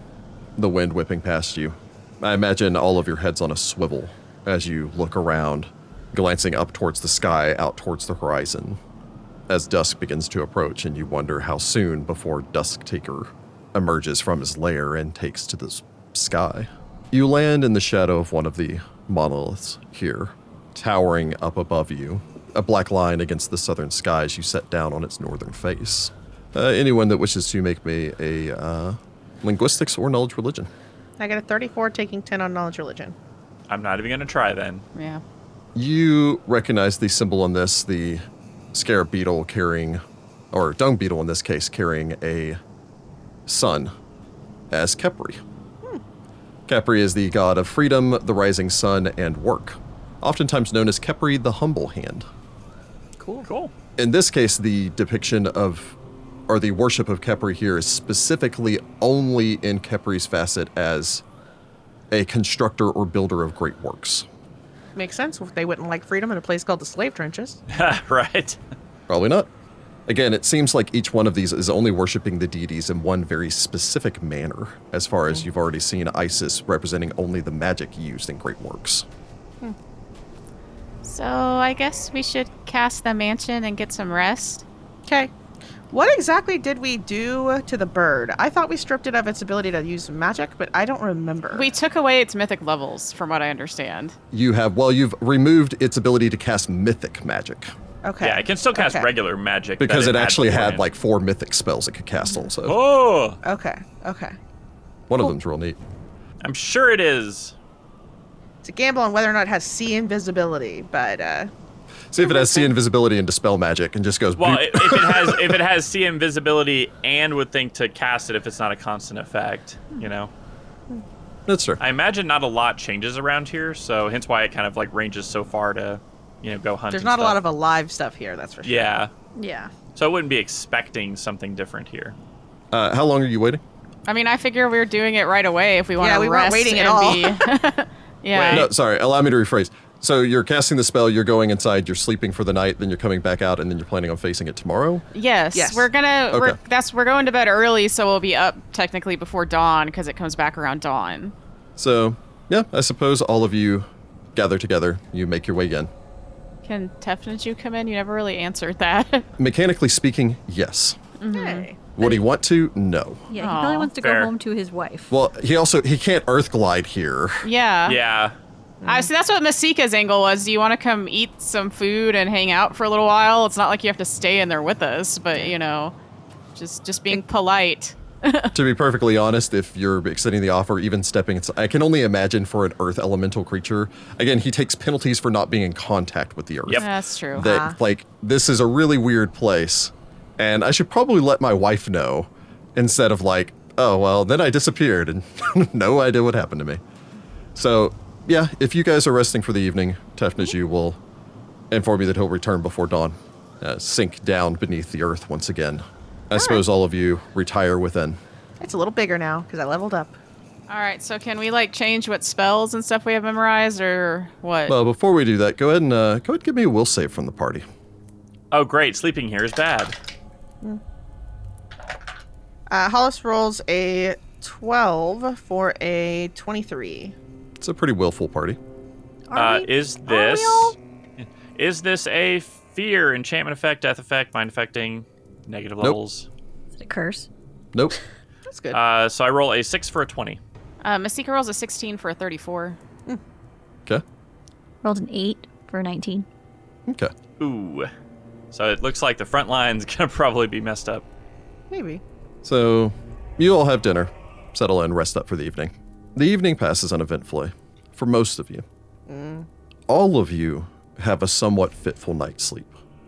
Speaker 1: the wind whipping past you. I imagine all of your heads on a swivel as you look around, glancing up towards the sky, out towards the horizon, as dusk begins to approach, and you wonder how soon before Dusk Taker emerges from his lair and takes to the s- sky. You land in the shadow of one of the monoliths here, towering up above you, a black line against the southern sky as you set down on its northern face. Uh, anyone that wishes to make me a uh, linguistics or knowledge religion.
Speaker 2: I got a 34 taking 10 on knowledge religion.
Speaker 3: I'm not even gonna try then. [laughs]
Speaker 5: Yeah.
Speaker 1: You recognize the symbol on this, the scarab beetle carrying, or dung beetle in this case, carrying a sun as Kepri. Kepri is the god of freedom, the rising sun, and work, oftentimes known as Kepri the Humble Hand.
Speaker 3: Cool. Cool.
Speaker 1: In this case, the depiction of, or the worship of Kepri here is specifically only in Kepri's facet as a constructor or builder of great works.
Speaker 2: Makes sense. They wouldn't like freedom in a place called the slave trenches.
Speaker 3: right.
Speaker 1: Probably not. Again, it seems like each one of these is only worshiping the deities in one very specific manner, as far
Speaker 3: Mm-hmm.
Speaker 1: as you've already seen Isis representing only the magic used in great works.
Speaker 5: So I guess we should cast the mansion and get some rest.
Speaker 2: Okay. What exactly did we do to the bird? I thought we stripped it of its ability to use magic, but I don't remember.
Speaker 5: We took away its mythic levels, from what I understand.
Speaker 1: You have, well, you've removed its ability to cast mythic magic
Speaker 2: okay.
Speaker 3: Yeah, I can still cast
Speaker 2: Okay.
Speaker 3: regular magic that
Speaker 1: because it actually had
Speaker 3: beforehand.
Speaker 1: like four mythic spells it could cast also.
Speaker 3: Oh,
Speaker 2: Okay. Okay.
Speaker 1: One of them's real neat.
Speaker 3: I'm sure it is.
Speaker 2: It's a gamble on whether or not it has sea invisibility, but uh,
Speaker 1: See if it has see invisibility and dispel magic and just goes.
Speaker 3: Well,
Speaker 1: boop.
Speaker 3: i- if it has if it has see invisibility and would think to cast it if it's not a constant effect, you know.
Speaker 1: that's fair.
Speaker 3: I imagine not a lot changes around here, so hence why it kind of like ranges so far to, you know, go hunt.
Speaker 2: there's
Speaker 3: and
Speaker 2: not a lot
Speaker 3: stuff.
Speaker 2: of alive stuff here, that's for sure.
Speaker 3: Yeah.
Speaker 4: Yeah.
Speaker 3: So I wouldn't be expecting something different here.
Speaker 1: Uh, how long are you waiting?
Speaker 5: I mean, I figure we are doing it right away if we want to
Speaker 2: Yeah, we weren't
Speaker 5: rest
Speaker 2: waiting at
Speaker 5: and
Speaker 2: all.
Speaker 5: be- [laughs] yeah.
Speaker 1: No, sorry. Allow me to rephrase. So you're casting the spell, you're going inside, you're sleeping for the night, then you're coming back out, and then you're planning on facing it tomorrow.
Speaker 5: Yes,
Speaker 2: Yes.
Speaker 5: we're gonna. We're,
Speaker 1: Okay.
Speaker 5: that's we're going to bed early, so we'll be up technically before dawn because it comes back around dawn.
Speaker 1: So, yeah, I suppose all of you gather together. You make your way in.
Speaker 5: Can Tefnaju come in? You never really answered that. [laughs]
Speaker 1: Mechanically speaking, yes.
Speaker 2: Hey.
Speaker 1: Would he want to? No.
Speaker 4: Yeah, he
Speaker 5: Aw.
Speaker 4: probably wants to
Speaker 3: Fair.
Speaker 4: go home to his wife.
Speaker 1: Well, he also he can't earth glide here. [laughs]
Speaker 2: Oh.
Speaker 5: yeah.
Speaker 3: Yeah.
Speaker 5: I see. That's what Masika's angle was. Do you want to come eat some food and hang out for a little while? It's not like you have to stay in there with us, but you know, just just being polite.
Speaker 1: to be perfectly honest, if you're extending the offer, even stepping, it's, I can only imagine for an earth elemental creature. Again, he takes penalties for not being in contact with the earth.
Speaker 3: Yep.
Speaker 5: That's true.
Speaker 1: that
Speaker 2: Ah.
Speaker 1: like this is a really weird place and I should probably let my wife know instead of like, oh well, then I disappeared and [laughs] no idea what happened to me. So yeah, if you guys are resting for the evening, Tefnaju will inform you that he'll return before dawn. Uh, sink down beneath the earth once again. I suppose all of you retire within.
Speaker 2: It's a little bigger now because I leveled up.
Speaker 5: All right. So can we like change what spells and stuff we have memorized or what?
Speaker 1: Well, before we do that, go ahead and uh, go ahead and give me a will save from the party.
Speaker 3: Oh, great. Sleeping here is bad.
Speaker 2: Uh, Hollis rolls a 12 for a 23.
Speaker 1: It's a pretty willful party.
Speaker 4: Are
Speaker 3: uh,
Speaker 4: we-
Speaker 3: is this [laughs] is this a fear enchantment effect, death effect, mind affecting, negative levels?
Speaker 4: Is it a curse?
Speaker 1: Nope.
Speaker 2: That's good.
Speaker 3: Uh, so I roll a six for a twenty.
Speaker 5: Uh, Masika rolls a 16 for a 34.
Speaker 1: Okay.
Speaker 4: Rolled an eight for a 19.
Speaker 1: Okay.
Speaker 3: Ooh. So it looks like the front line's [laughs] gonna probably be messed up.
Speaker 2: Maybe.
Speaker 1: So, you all have dinner, settle in, rest up for the evening. The evening passes uneventfully for most of you. All of you have a somewhat fitful night's sleep,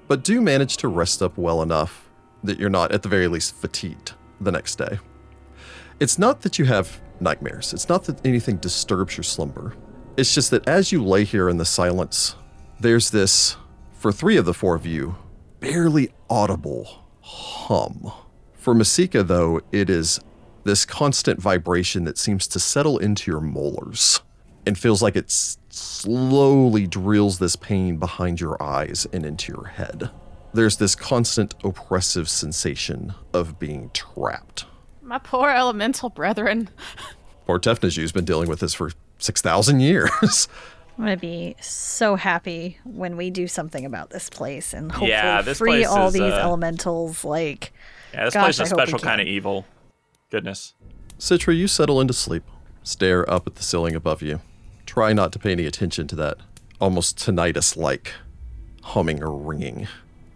Speaker 1: but do manage to rest up well enough that you're not, at the very least, fatigued the next day. It's not that you have nightmares, it's not that anything disturbs your slumber. It's just that as you lay here in the silence there's this, for three of the four of you, barely audible hum. For Masika, though, it is this constant vibration that seems to settle into your molars and feels like it s- slowly drills this pain behind your eyes and into your head. There's this constant oppressive sensation of being trapped.
Speaker 5: My poor elemental brethren.
Speaker 1: Poor Tefnaju's been dealing with this for 6,000 years.
Speaker 4: I'm gonna be so happy when we do something about this place and hopefully
Speaker 3: Yeah, this
Speaker 4: free
Speaker 3: place
Speaker 4: all
Speaker 3: is,
Speaker 4: these
Speaker 3: uh,
Speaker 4: elementals. Like,
Speaker 3: Yeah, this
Speaker 4: Gosh,
Speaker 3: place
Speaker 4: I
Speaker 3: is a
Speaker 4: hope we
Speaker 3: special
Speaker 4: can.
Speaker 3: kind of evil. Goodness.
Speaker 1: Citra, you settle into sleep, stare up at the ceiling above you. Try not to pay any attention to that almost tinnitus like humming or ringing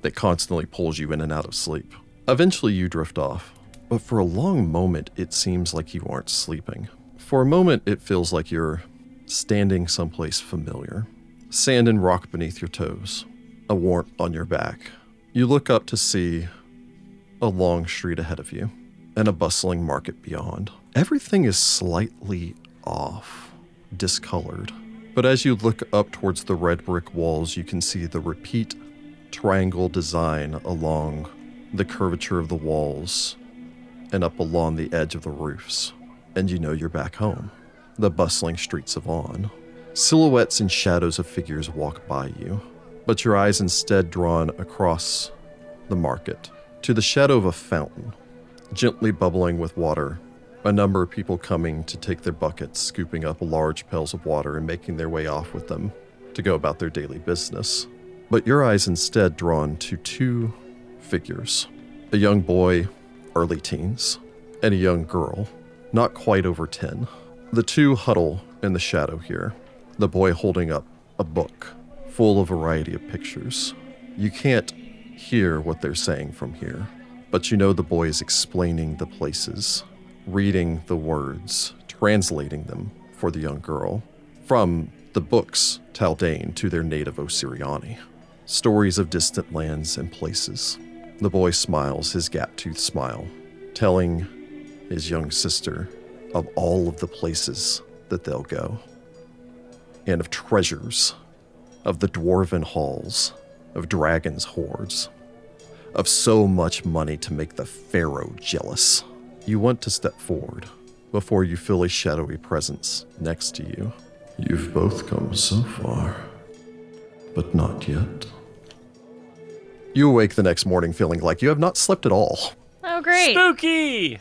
Speaker 1: that constantly pulls you in and out of sleep. Eventually, you drift off, but for a long moment, it seems like you aren't sleeping. For a moment, it feels like you're standing someplace familiar sand and rock beneath your toes, a warmth on your back. You look up to see a long street ahead of you and a bustling market beyond. Everything is slightly off, discolored. But as you look up towards the red brick walls, you can see the repeat triangle design along the curvature of the walls and up along the edge of the roofs. And you know you're back home, the bustling streets of On. Silhouettes and shadows of figures walk by you, but your eyes instead drawn across the market to the shadow of a fountain, gently bubbling with water. A number of people coming to take their buckets, scooping up large pails of water and making their way off with them to go about their daily business. But your eyes instead drawn to two figures a young boy, early teens, and a young girl, not quite over 10. The two huddle in the shadow here, the boy holding up a book full of a variety of pictures. You can't hear what they're saying from here, but you know the boy is explaining the places, reading the words, translating them for the young girl from the books Taldane to their native Osiriani. Stories of distant lands and places. The boy smiles his gap toothed smile, telling his young sister of all of the places that they'll go and of treasures, of the dwarven halls, of dragons' hordes, of so much money to make the Pharaoh jealous. You want to step forward before you feel a shadowy presence next to you. You've both come so far, but not yet. You awake the next morning feeling like you have not slept at all.
Speaker 4: oh great,
Speaker 3: Spooky.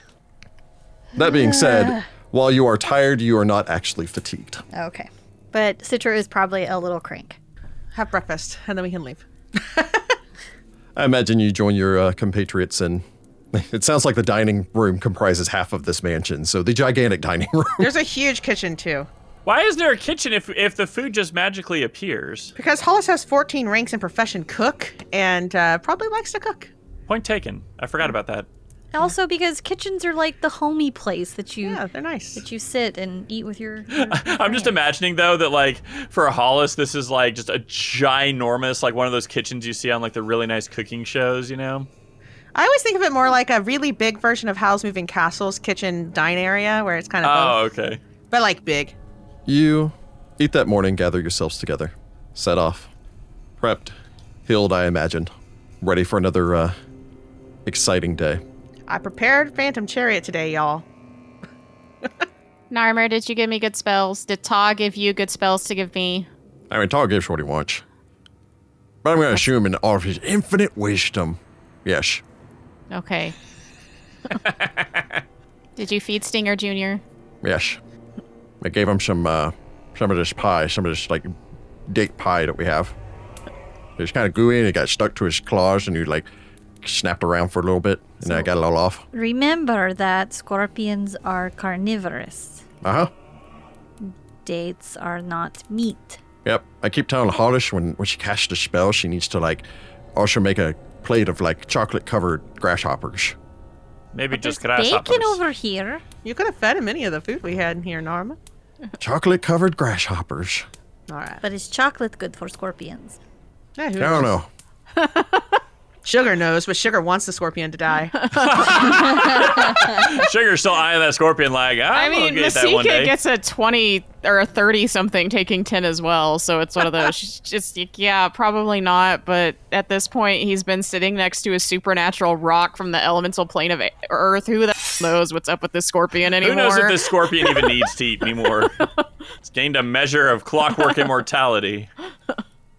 Speaker 1: That being said, while you are tired, you are not actually fatigued.
Speaker 4: okay. But Citra is probably a little crank.
Speaker 2: Have breakfast, and then we can leave.
Speaker 1: I imagine you join your uh, compatriots in. [laughs] It sounds like the dining room comprises half of this mansion, so the gigantic dining [laughs] room.
Speaker 2: There's a huge kitchen too,
Speaker 3: Why is there a kitchen if if the food just magically appears?
Speaker 2: because Hollis has 14 ranks in profession cook, and uh, probably likes to cook.
Speaker 3: Point taken. I forgot about
Speaker 4: [laughs]
Speaker 3: that.
Speaker 4: Also, because kitchens are like the homey place that you
Speaker 2: Yeah, they're nice.
Speaker 4: that you sit and eat with your. your [laughs]
Speaker 3: I'm just imagining though that like for Hollis, this is like just a ginormous like one of those kitchens you see on like the really nice cooking shows, you know?
Speaker 2: I always think of it more like a really big version of Howl's Moving Castle's kitchen dine area, where it's kind of
Speaker 3: Oh,
Speaker 2: both,
Speaker 3: okay.
Speaker 2: but like big.
Speaker 1: You eat that morning, gather yourselves together, set off, prepped, healed, I imagine, ready for another uh, exciting day.
Speaker 2: I prepared Phantom Chariot today, y'all.
Speaker 5: Narmer, did you give me good spells? Did Ta give you good spells to give me?
Speaker 1: I mean, Todd gives what he wants, but I'm going to assume in all of his infinite wisdom, yes.
Speaker 3: [laughs]
Speaker 5: Okay. did you feed Stinger Jr.?
Speaker 1: Yes. I gave him some uh, some of this pie, some of this like date pie that we have. It's kind of gooey and it got stuck to his claws and he like snapped around for a little bit and then I got it all off.
Speaker 4: Remember that scorpions are carnivorous.
Speaker 1: Uh huh.
Speaker 4: Dates are not meat.
Speaker 1: Yep. I keep telling Hollis when, when she casts the spell, she needs to like also make a plate of like chocolate covered grasshoppers.
Speaker 3: Maybe just
Speaker 4: There's
Speaker 3: grasshoppers.
Speaker 4: bacon over here.
Speaker 2: You could have fed him any of the food we had in here, Norma.
Speaker 1: chocolate covered grasshoppers.
Speaker 2: All right.
Speaker 4: But is chocolate good for scorpions?
Speaker 2: Yeah, who
Speaker 1: I don't
Speaker 2: knows?
Speaker 1: know.
Speaker 2: Sugar knows, but Sugar wants the scorpion to
Speaker 5: [laughs]
Speaker 2: die.
Speaker 3: Sugar's still eyeing that scorpion like,
Speaker 5: I
Speaker 3: I'm
Speaker 5: mean,
Speaker 3: gonna get that one
Speaker 5: Masika
Speaker 3: day.
Speaker 5: gets a 20 or a 30 something taking 10 as well. So it's one of [laughs] those, she's just, like, yeah, probably not. But at this point, he's been sitting next to a supernatural rock from the elemental plane of E-, Earth. Who the f- knows what's up with this scorpion anymore?
Speaker 3: Who knows if this scorpion even needs to
Speaker 2: [laughs]
Speaker 3: eat anymore? it's gained a measure of clockwork immortality.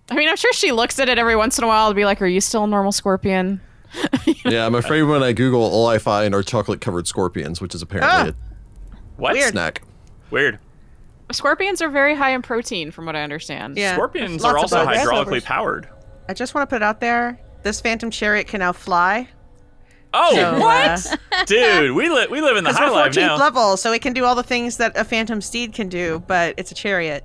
Speaker 5: I mean, I'm sure she looks at it every once in a while to be like, are you still a normal scorpion?
Speaker 1: [laughs] Yeah, I'm afraid when I Google, all I find are chocolate covered scorpions, which is apparently
Speaker 3: What?
Speaker 1: a [laughs]
Speaker 2: Weird.
Speaker 1: snack.
Speaker 3: Weird.
Speaker 5: Scorpions are very high in protein, from what I understand.
Speaker 2: Yeah.
Speaker 3: Scorpions
Speaker 2: Lots
Speaker 3: are
Speaker 2: of
Speaker 3: also
Speaker 2: bugs.
Speaker 3: hydraulically
Speaker 2: Grasshoppers.
Speaker 3: powered.
Speaker 2: I just want to put it out there. This Phantom Chariot can now fly.
Speaker 3: Oh,
Speaker 2: So, uh,
Speaker 3: what? Dude, we, li- we live in the
Speaker 2: Because
Speaker 3: high
Speaker 2: we're
Speaker 3: life
Speaker 2: 14th
Speaker 3: now.
Speaker 2: level, so it can do all the things that a Phantom Steed can do, but it's a chariot.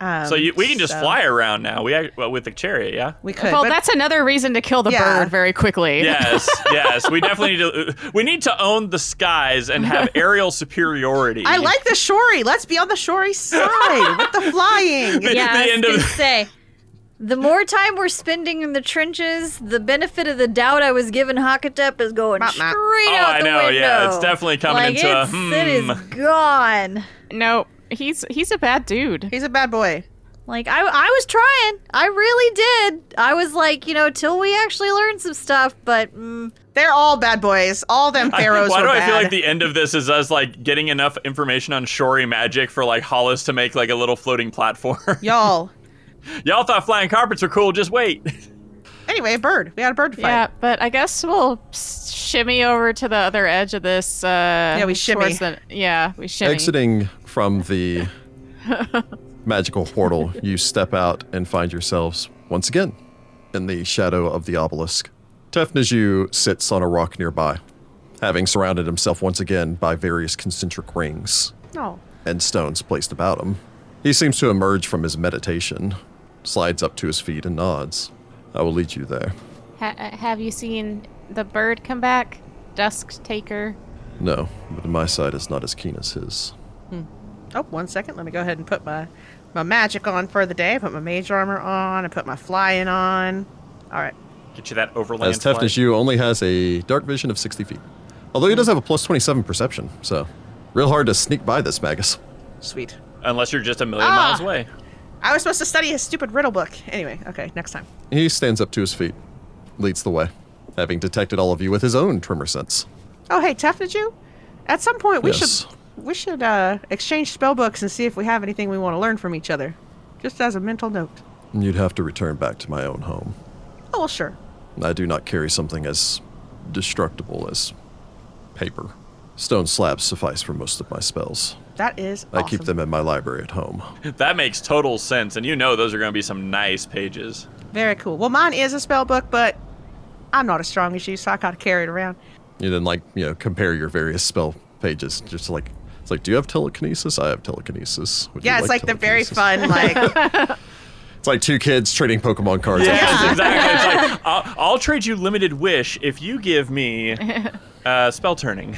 Speaker 2: Um,
Speaker 3: so you, we can just
Speaker 2: so
Speaker 3: fly around now. We act- well, with the chariot, yeah.
Speaker 2: We could.
Speaker 5: Well,
Speaker 2: but-
Speaker 5: that's another reason to kill the
Speaker 2: Yeah.
Speaker 5: bird very quickly.
Speaker 3: Yes, yes. We definitely need to. We need to own the skies
Speaker 2: [laughs]
Speaker 3: and have aerial superiority.
Speaker 2: I like the Shory. Let's be on the Shory
Speaker 3: [laughs]
Speaker 2: side with the flying.
Speaker 4: yeah,
Speaker 3: the
Speaker 4: I was
Speaker 3: end of-
Speaker 4: gonna say. The more time we're spending in the trenches, the benefit of the doubt I was given Hakatep is going
Speaker 2: Mop,
Speaker 4: straight
Speaker 2: mop.
Speaker 3: Oh,
Speaker 4: out
Speaker 3: I
Speaker 4: the
Speaker 3: know,
Speaker 4: window.
Speaker 3: yeah, it's definitely coming
Speaker 4: like,
Speaker 3: into a, hmm.
Speaker 4: it's, It is gone.
Speaker 5: No, he's he's a bad dude.
Speaker 2: He's a bad boy.
Speaker 4: Like I, I was trying. I really did. I was like, you know, till we actually learn some stuff. But mm,
Speaker 2: They're all bad boys. All them pharaohs
Speaker 3: Why
Speaker 2: were
Speaker 3: do I
Speaker 2: bad.
Speaker 3: feel like the end of this is us like getting enough information on Shory magic for like Hollis to make like a little floating platform?
Speaker 2: Y'all.
Speaker 3: Y'all thought flying carpets were cool. Just wait.
Speaker 2: Anyway, a bird. We had a bird to fight.
Speaker 5: Yeah, but I guess we'll s- shimmy over to the other edge of this. Uh,
Speaker 2: Yeah, we shimmy.
Speaker 5: towards the- yeah, we shimmy.
Speaker 1: Exiting from [laughs] the magical portal, you step out and find yourselves once again in the shadow of the obelisk. Tefnaju sits on a rock nearby, having surrounded himself once again by various concentric rings
Speaker 2: No.
Speaker 1: and stones placed about him. He seems to emerge from his meditation, slides up to his feet, and nods. I will lead you there.
Speaker 5: Ha- uh, have you seen the bird come back? Dusk Taker.
Speaker 1: No, but my sight is not as keen as his.
Speaker 2: Oh, one second. Let me go ahead and put my my magic on for the day. Put my mage armor on. I put my flying on. All right.
Speaker 3: [laughs] Get you that overland.
Speaker 1: As tough
Speaker 3: flight.
Speaker 1: as you only has a dark vision of 60 feet. Although he does have a plus 27 perception, so real hard to sneak by this Magus.
Speaker 2: Sweet.
Speaker 3: Unless you're just a million
Speaker 2: Ah.
Speaker 3: miles away.
Speaker 2: I was supposed to study his stupid riddle book. Anyway, okay, next time.
Speaker 1: He stands up to his feet, leads the way, having detected all of you with his own tremor sense.
Speaker 2: Oh, hey, Tefnaju. At some point, we
Speaker 1: Yes.
Speaker 2: should we should uh, exchange spell books and see if we have anything we want to learn from each other, just as a mental note.
Speaker 1: And You'd have to return back to my own home.
Speaker 2: Oh, well, sure.
Speaker 1: I do not carry something as destructible as paper. Stone slabs suffice for most of my spells.
Speaker 2: That is.
Speaker 1: I keep
Speaker 2: awesome.
Speaker 1: them in my library at home.
Speaker 3: That makes total sense, and you know those are going to be some
Speaker 2: [laughs]
Speaker 3: nice pages.
Speaker 2: Very cool. Well, mine is a spell book, but I'm not as strong as you, so I gotta carry it around.
Speaker 1: You then like, you know, compare your various spell pages. Just like it's like, do you have telekinesis? I have telekinesis. Would you
Speaker 2: Yeah, it's like the very
Speaker 1: telekinesis?" [laughs]
Speaker 2: fun, like
Speaker 1: It's like two kids trading Pokemon cards.
Speaker 3: Yes, exactly. It's like, I'll, I'll trade you limited wish if you
Speaker 2: [laughs]
Speaker 3: give me uh, spell turning.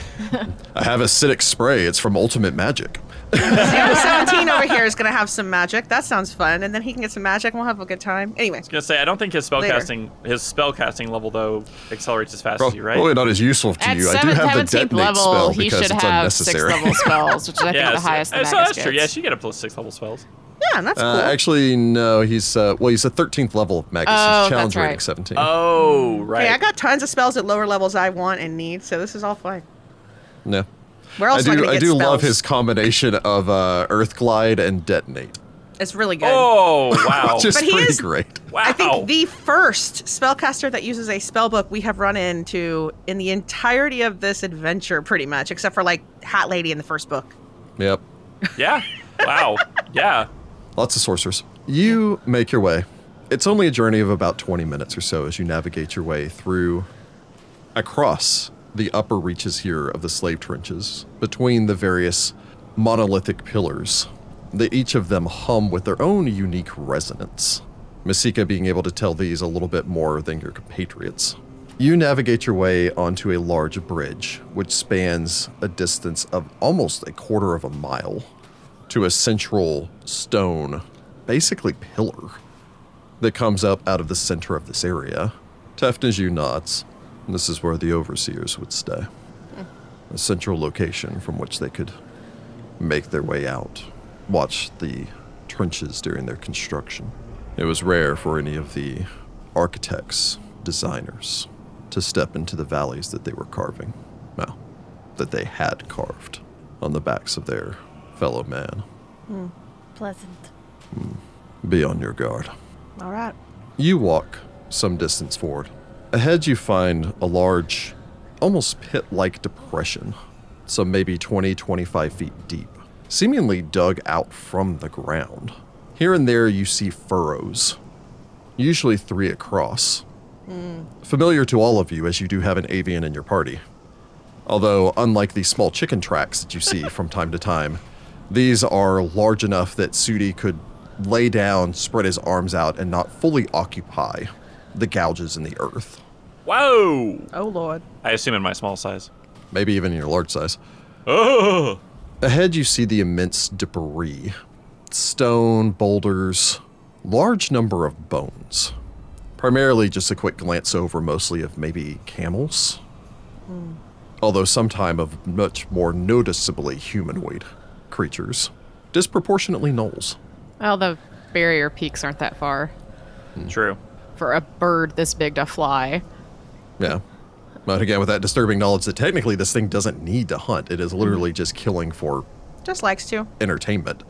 Speaker 1: I have acidic spray. It's from Ultimate Magic.
Speaker 2: [laughs] Zero 17 over here is gonna have some magic. That sounds fun, and then he can get some magic. and We'll have a good time. Anyway,
Speaker 3: gonna say I don't think his
Speaker 2: Later.
Speaker 3: spellcasting his spellcasting level though accelerates as fast as you, right?
Speaker 1: Probably not as useful to
Speaker 5: At
Speaker 1: you. I do
Speaker 5: seventh-
Speaker 1: have the
Speaker 5: 17th
Speaker 1: detonate
Speaker 5: level,
Speaker 1: spell
Speaker 5: he
Speaker 1: because
Speaker 5: should
Speaker 1: it's
Speaker 5: have
Speaker 1: unnecessary. [laughs]
Speaker 5: six level spells, which is I think
Speaker 3: Yeah,
Speaker 5: the
Speaker 3: so-
Speaker 5: highest the
Speaker 3: uh, so
Speaker 5: Magus
Speaker 3: that's true.
Speaker 5: gets.
Speaker 3: Yes, you get a plus six level spells.
Speaker 2: Hmm. yeah, that's cool.
Speaker 1: Uh, actually, no. He's uh, well. He's a thirteenth level of Magus. He's
Speaker 5: Oh, that's
Speaker 1: challenge rating
Speaker 5: right.
Speaker 1: seventeen.
Speaker 3: Oh, right.
Speaker 2: Okay, I got tons of spells at lower levels I want and need, so this is all fine.
Speaker 1: no.
Speaker 2: Where
Speaker 1: I
Speaker 2: else am I
Speaker 1: do.
Speaker 2: gonna
Speaker 1: I
Speaker 2: get
Speaker 1: do love
Speaker 2: spells?
Speaker 1: his combination of uh, Earth Glide and Detonate,
Speaker 2: It's really good. [laughs]
Speaker 3: Oh wow!
Speaker 1: which is
Speaker 2: But he
Speaker 1: pretty
Speaker 2: is-
Speaker 1: great.
Speaker 3: wow.
Speaker 2: I think the first spellcaster that uses a spellbook we have run into in the entirety of this adventure, pretty much, except for like Hat Lady in the first book.
Speaker 1: Yep.
Speaker 3: yeah. Wow. Yeah.
Speaker 1: Lots of sorcerers. You make your way. It's only a journey of about 20 minutes or so as you navigate your way through across the upper reaches here of the slave trenches between the various monolithic pillars that each of them hum with their own unique resonance. Masika being able to tell these a little bit more than your compatriots. You navigate your way onto a large bridge which spans a distance of almost a quarter of a mile to a central stone, basically pillar, that comes up out of the center of this area Tefnaju nods, and this is where the overseers would stay. A central location from which they could make their way out, watch the trenches during their construction. It was rare for any of the architects, designers, to step into the valleys that they were carving. Well, that they had carved on the backs of their fellow man.
Speaker 4: Pleasant.
Speaker 1: Be on your guard.
Speaker 2: All right.
Speaker 1: You walk some distance forward. Ahead, you find a large, almost pit like depression, some maybe 20, 25 feet deep, seemingly dug out from the ground. Here and there, you see furrows, usually three across.
Speaker 2: Hmm.
Speaker 1: Familiar to all of you, as you do have an avian in your party. Although, unlike the small chicken tracks that you see from time to time, these are large enough that Sudi could lay down, spread his arms out, and not fully occupy the gouges in the earth.
Speaker 3: Whoa!
Speaker 2: Oh lord.
Speaker 3: I assume in my small size.
Speaker 1: Maybe even in your large size.
Speaker 3: Oh!
Speaker 1: Ahead, you see the immense debris stone, boulders, large number of bones. Primarily just a quick glance over, mostly of maybe camels. Although sometime of much more noticeably humanoid creatures, disproportionately gnolls.
Speaker 5: Well, the barrier peaks aren't that far
Speaker 3: True.
Speaker 5: for a bird this big to fly.
Speaker 1: Yeah. But again, with that disturbing knowledge that technically this thing doesn't need to hunt, it is literally just killing for
Speaker 2: Just likes to.
Speaker 1: entertainment.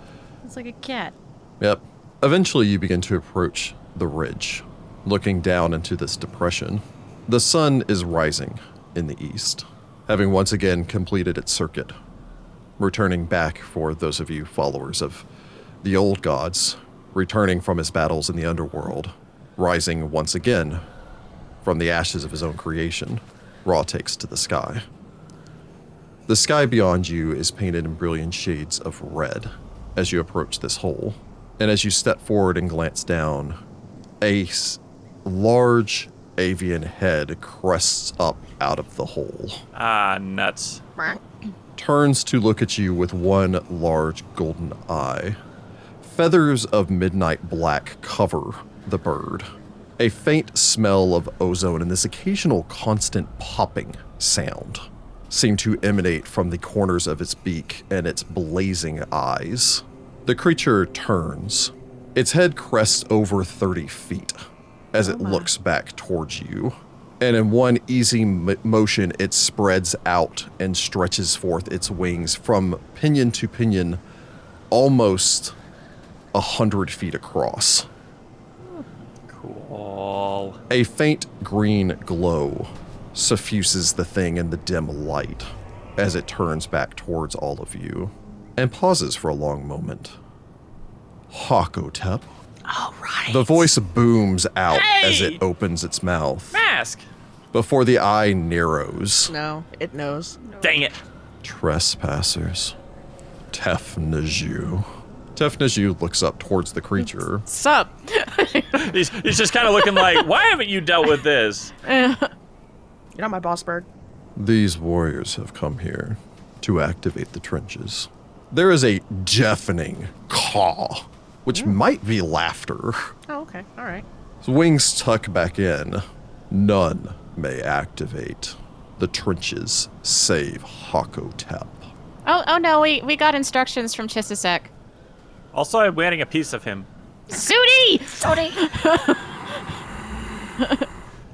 Speaker 4: It's like a cat.
Speaker 1: Yep. Eventually, you begin to approach the ridge, looking down into this depression. The sun is rising in the east, having once again completed its circuit, returning back for those of you followers of the old gods, returning from his battles in the underworld, rising once again from the ashes of his own creation. Ra takes to the sky. The sky beyond you is painted in brilliant shades of red as you approach this hole. And as you step forward and glance down, a s- large avian head crests up out of the hole,
Speaker 3: Ah, nuts.
Speaker 1: turns to look at you with one large golden eye. Feathers of midnight black cover the bird. A faint smell of ozone and this occasional constant popping sound seem to emanate from the corners of its beak and its blazing eyes. The creature turns. Its head crests over 30 feet as it looks back towards you. And in one easy m- motion, it spreads out and stretches forth its wings from pinion to pinion, almost a hundred feet across.
Speaker 3: Cool.
Speaker 1: A faint green glow suffuses the thing in the dim light as it turns back towards all of you and pauses for a long moment. Hakotep. All right. The voice booms out as
Speaker 3: Hey!
Speaker 1: it opens its mouth
Speaker 3: Mask!
Speaker 1: before the eye narrows.
Speaker 2: No, it knows.
Speaker 3: Dang it.
Speaker 1: Trespassers. Tefnaju. Tefnaju looks up towards the creature.
Speaker 5: Sup?
Speaker 3: He's, he's just kind of looking like, [laughs] why haven't you dealt with this?
Speaker 2: You're not my boss bird.
Speaker 1: These warriors have come here to activate the trenches. There is a deafening caw, which might be laughter.
Speaker 2: Oh, okay. All right.
Speaker 1: His wings tuck back in. None may activate the trenches save Hakotep.
Speaker 5: Oh, oh no, we, we got instructions from Chisisek.
Speaker 3: Also, I'm wearing a piece of him.
Speaker 5: Sudi!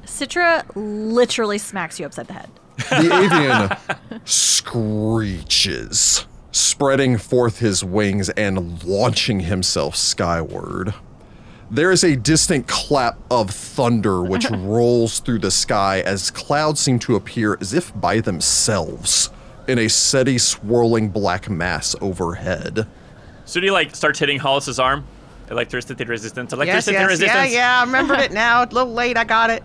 Speaker 4: Citra literally smacks you upside the head.
Speaker 1: The avian screeches, spreading forth his wings and launching himself skyward. There is a distant clap of thunder which rolls through the sky as clouds seem to appear as if by themselves in a steady swirling black mass overhead.
Speaker 3: Sudi, like, starts hitting Hollis's arm. Electricity resistance,
Speaker 2: Yes,
Speaker 3: electricity
Speaker 2: yes, yeah,
Speaker 3: resistance.
Speaker 2: yeah. I remembered it now. A little late. I got it.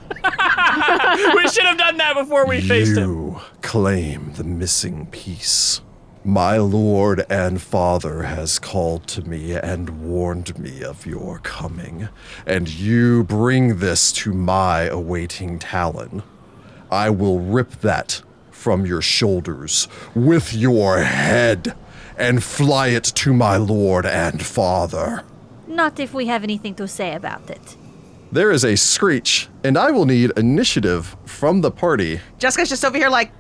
Speaker 3: we should have done that before we faced him.
Speaker 1: You claim the missing piece. My lord and father has called to me and warned me of your coming, and you bring this to my awaiting Talon. I will rip that from your shoulders with your head and fly it to my lord and father.
Speaker 4: Not if we have anything to say about it.
Speaker 1: There is a screech, and I will need initiative from the party.
Speaker 2: Jessica's just over here like,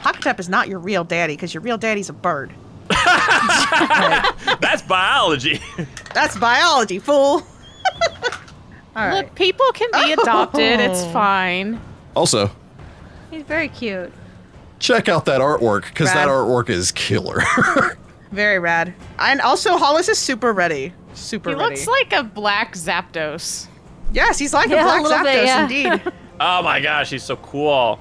Speaker 2: Hotep is not your real daddy because your real daddy's a bird.
Speaker 3: That's biology. [laughs]
Speaker 2: That's biology, fool. All right.
Speaker 5: Look, people can be adopted. It's fine.
Speaker 1: Also,
Speaker 4: He's very cute.
Speaker 1: check out that artwork because that
Speaker 2: Rad.
Speaker 1: artwork is killer. [laughs]
Speaker 2: Very rad. And also, Hollis is super ready. Super
Speaker 5: He
Speaker 2: ready.
Speaker 5: looks like a black Zapdos.
Speaker 2: yes, he's like
Speaker 4: Yeah,
Speaker 2: a
Speaker 4: a
Speaker 2: black
Speaker 4: little
Speaker 2: Zapdos,
Speaker 4: bit, yeah.
Speaker 2: indeed.
Speaker 3: Oh my gosh, he's so cool.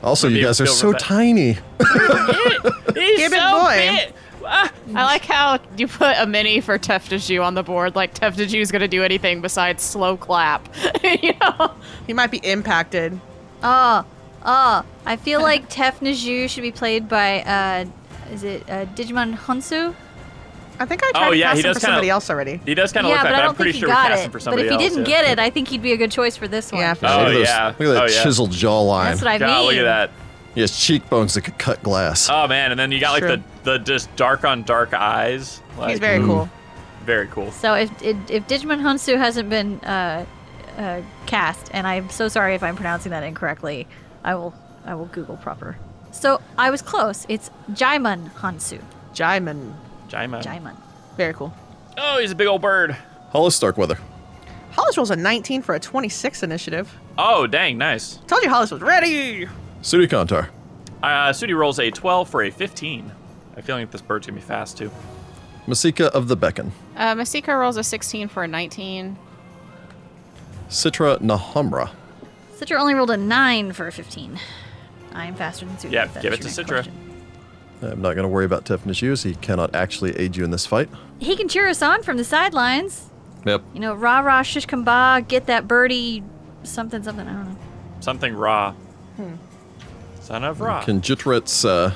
Speaker 1: also,
Speaker 3: Maybe
Speaker 1: you guys are
Speaker 3: silver
Speaker 1: so
Speaker 3: back.
Speaker 1: tiny.
Speaker 3: He's
Speaker 2: Give it
Speaker 5: so
Speaker 2: boy.
Speaker 5: big. Ah, I like how you put a mini for Tef de Jus on the board. Like Tef de Jus is gonna do anything besides slow clap. [laughs] you know,
Speaker 2: he might be impacted.
Speaker 4: Oh, oh.
Speaker 3: [laughs]
Speaker 4: I feel like Tef Naju should be played by, uh, is it uh, Digimon Hunsu?
Speaker 2: I think I
Speaker 3: Oh,
Speaker 2: tried to
Speaker 3: yeah,
Speaker 2: pass
Speaker 3: he
Speaker 2: him
Speaker 3: does
Speaker 2: for
Speaker 3: kinda-
Speaker 2: somebody else already.
Speaker 3: He does kind of
Speaker 4: yeah,
Speaker 3: look
Speaker 4: but
Speaker 3: like
Speaker 4: I
Speaker 3: that.
Speaker 4: don't
Speaker 3: I'm pretty
Speaker 4: think
Speaker 3: sure
Speaker 4: he
Speaker 3: we
Speaker 4: got
Speaker 3: cast
Speaker 4: it.
Speaker 3: him for
Speaker 4: But
Speaker 3: somebody
Speaker 4: if he
Speaker 3: else.
Speaker 4: didn't
Speaker 3: yeah.
Speaker 4: get it, I think he'd be a good choice for this one.
Speaker 2: Yeah, for
Speaker 3: Oh,
Speaker 1: look at those-
Speaker 3: yeah.
Speaker 1: Look at that
Speaker 3: Oh, yeah.
Speaker 1: chiseled jawline.
Speaker 4: That's what I
Speaker 3: God,
Speaker 4: mean.
Speaker 3: look at that.
Speaker 1: He has cheekbones that could cut glass.
Speaker 3: Oh man, and then you got like
Speaker 2: True.
Speaker 3: the the just dark on dark eyes. Like,
Speaker 2: He's very cool.
Speaker 3: very cool.
Speaker 4: So if if, if Digimon Hunsu hasn't been uh, uh, cast, and I'm so sorry if I'm pronouncing that incorrectly, I will I will Google proper. So I was close. It's Jaimon Hansu.
Speaker 2: Jaimin.
Speaker 3: Jaima.
Speaker 4: Jaimon.
Speaker 2: Very cool.
Speaker 3: Oh, he's a big old bird.
Speaker 1: Hollis Starkweather.
Speaker 2: Hollis rolls a 19 for a 26 initiative.
Speaker 3: Oh, dang, nice.
Speaker 2: Told you Hollis was ready.
Speaker 1: Sudi Kantar.
Speaker 3: Uh, Sudi rolls a 12 for a 15. I feel like this bird's gonna be fast too.
Speaker 1: Masika of the Beacon.
Speaker 5: uh, Masika rolls a 16 for a 19.
Speaker 1: Citra Nahamra.
Speaker 4: Citra only rolled a nine for a fifteen. I'm faster than Sudra.
Speaker 3: Yeah,
Speaker 4: if that
Speaker 3: give
Speaker 4: is
Speaker 3: it
Speaker 4: your
Speaker 3: to
Speaker 4: next
Speaker 3: Citra.
Speaker 4: question.
Speaker 1: I'm not going to worry about Tefnish's use. He cannot actually aid you in this fight.
Speaker 4: He can cheer us on from the sidelines.
Speaker 1: Yep.
Speaker 4: You know, rah rah shish kumbah, get that birdie, something something. I don't know.
Speaker 3: Something raw. Son of Ra.
Speaker 1: Kinjitrit's uh,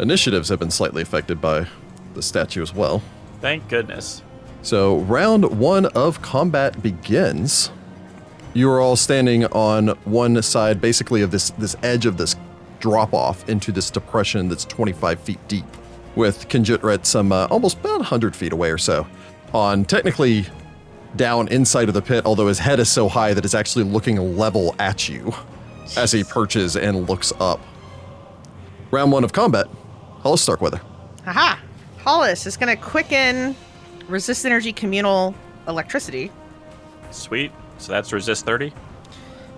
Speaker 1: initiatives have been slightly affected by the statue as well.
Speaker 3: Thank goodness.
Speaker 1: So, round one of combat begins. You are all standing on one side, basically, of this, this edge of this drop off into this depression that's 25 feet deep, with Kinjitret some uh, almost about 100 feet away or so, on technically down inside of the pit, although his head is so high that it's actually looking level at you as he perches and looks up. Round one of combat, Hollis Starkweather.
Speaker 2: Aha! Hollis is going to quicken resist energy communal electricity.
Speaker 3: Sweet. So that's resist 30.